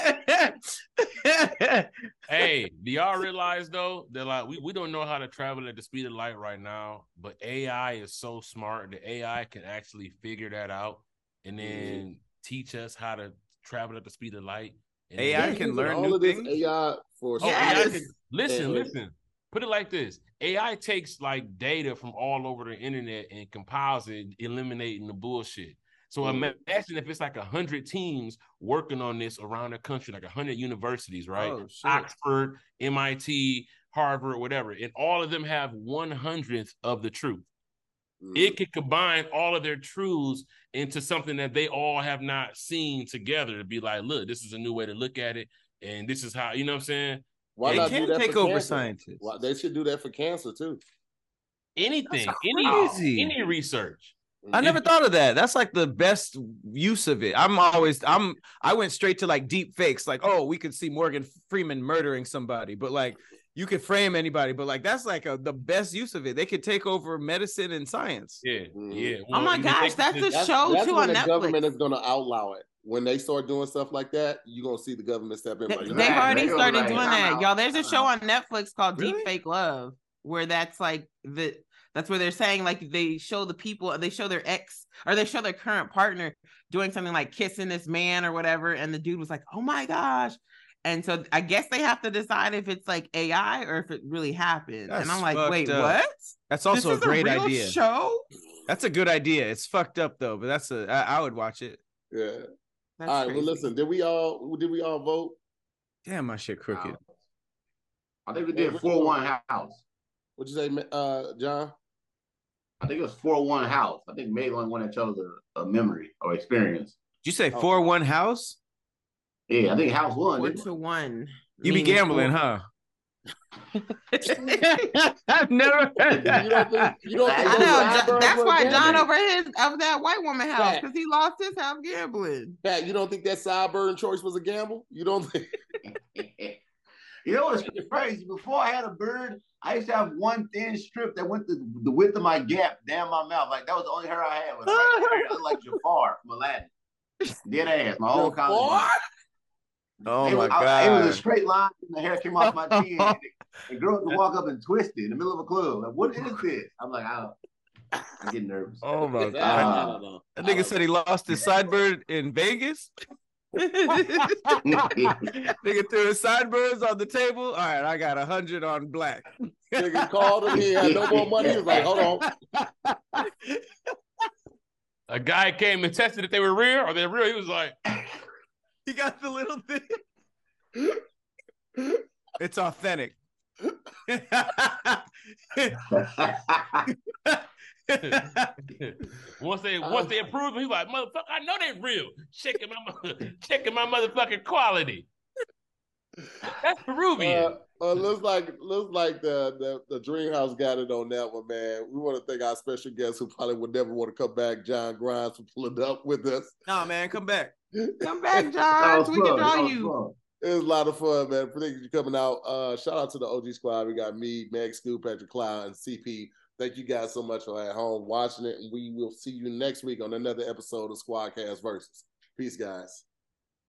B: hey, do y'all realize though that like we, we don't know how to travel at the speed of light right now, but AI is so smart that AI can actually figure that out and then teach us how to travel at the speed of light. And then-
E: AI
C: You're
E: can
C: using
E: learn
C: all
E: new
C: of this
E: things?
C: AI for
B: Oh,
A: Yes.
B: AI can- listen,
C: And-
B: listen. Put it like this: AI takes like data from all over the internet and compiles it, eliminating the bullshit. So
C: Mhm.
B: ima- imagine if it's like a hundred teams working on this around the country, like a hundred universities, right?
E: Oh, shit.
B: Oxford, MIT, Harvard, whatever, and all of them have one hundredth of the truth.
E: Mm-hmm.
C: Mhm.
B: It could combine all of their truths into something that they all have not seen together to be like, look, this is a new way to look at it, and this is how you know what I'm saying.
C: Why
B: It
C: not
E: They
C: do
E: can
C: that
E: take
C: for
E: over
C: cancer?
E: scientists.
C: Why, they should do that for cancer too.
B: anything,
E: That's
B: any
E: crazy.
B: any research.
E: I never thought of that. That's like the best use of it. I'm always I'm I went straight to like deep fakes, like oh we could see Morgan Freeman murdering somebody, but like you could frame anybody, but like that's like a, the best use of it. They could take over medicine and science.
B: Yeah,
C: Mhm.
B: yeah.
A: Oh my
B: you
A: gosh,
B: think
A: that's
B: this-
A: a show
C: that's
A: too
C: when
A: on
C: the
A: Netflix.
C: government is going to outlaw it. When they start doing stuff like that, you're going to see the government step in.
A: They,
C: like,
A: have
D: Right,
A: already
D: they were
A: started
D: like,
A: doing
D: I'm
A: that,
D: out,
A: y'all. There's a
D: I'm
A: show on Netflix called
E: Really?
A: Deep Fake Love, where that's like the That's where they're saying like they show the people, they show their ex or they show their current partner doing something like kissing this man or whatever, and the dude was like, "Oh my gosh." And so I guess they have to decide if it's like AI or if it really happened.
E: That's
A: and I'm like,
E: fucked
A: wait,
E: up.
A: what?
E: That's also
A: this
E: a
A: is
E: great
A: real
E: idea.
A: Show?
E: That's a good idea. It's fucked up though, but that's a I, I would watch it.
C: Yeah.
A: That's
C: all right.
A: crazy.
C: Well, listen. Did we all? Did we all vote?
E: Damn, my shit crooked.
D: House. I think we
C: Yeah,
D: did
C: which
D: four
C: one?
D: one house.
C: What'd you say, Ma- uh, John?
D: I think it was four one house. I think Maitland one that chose a, a memory or experience.
E: Did you say
C: Oh.
E: four one house?
D: Yeah, I think house one.
A: Four
D: didn't
A: to one.
E: You be
A: Meaning
E: gambling,
A: four-
E: huh? I've never heard
C: You don't think? You don't think
A: I
C: those
A: know. Jo-
C: eyebrows
A: that's
C: were
A: why
C: gambling?
A: John over his of that white woman house
C: Yeah.
A: because he lost his house gambling.
C: Pat, you don't think that sideburn choice was a gamble? You don't think?
D: you know what's crazy? Before I had a beard, I used to have one thin strip that went the, the width of my gap down my mouth. Like that was the only hair I had. Was right there. I looked like Jafar from Aladdin. Dead ass, my whole college. life.
E: Oh
D: it,
E: my
D: was, I- it was a
E: god.
D: straight line, and the hair came off my chin. And, and girls would walk up and twist it in the middle of a club. Like, what is this? I'm like, I don't. I get nervous.
E: Oh my
C: Nah,
E: god.
C: I don't know.
E: That
C: I don't
E: nigga said he lost his sideburn in Vegas. Nigga threw his sideburns on the table. All right, I got a hundred on black.
C: Nigga called him. He had no more money. He was like, "Hold on,
B: A guy came and tested if they were real or they're real. He was like,
E: He got the little thing. It's authentic.
B: once they once they approved him, he was like, motherfucker, I know they're real. Checking my mo- checking my motherfucking quality. That's Peruvian.
C: Uh, uh, looks like looks like the, the the dream house got it on that one, man. We want to thank our special guest who probably would never want to come back, John Grimes, for pulling up with us.
E: nah, man, come back.
A: Come back,
D: That
A: John.
D: was
A: so we can
D: fun. That
A: draw
D: was
A: you.
D: fun.
C: It was a lot of fun, man. Thank you for coming out. Uh, shout out to the OG squad. We got me, Meg, Scoop, Patrick Cloud, and CP. Thank you guys so much for at home watching it, and we will see you next week on another episode of Squadcast Versus. Peace, guys.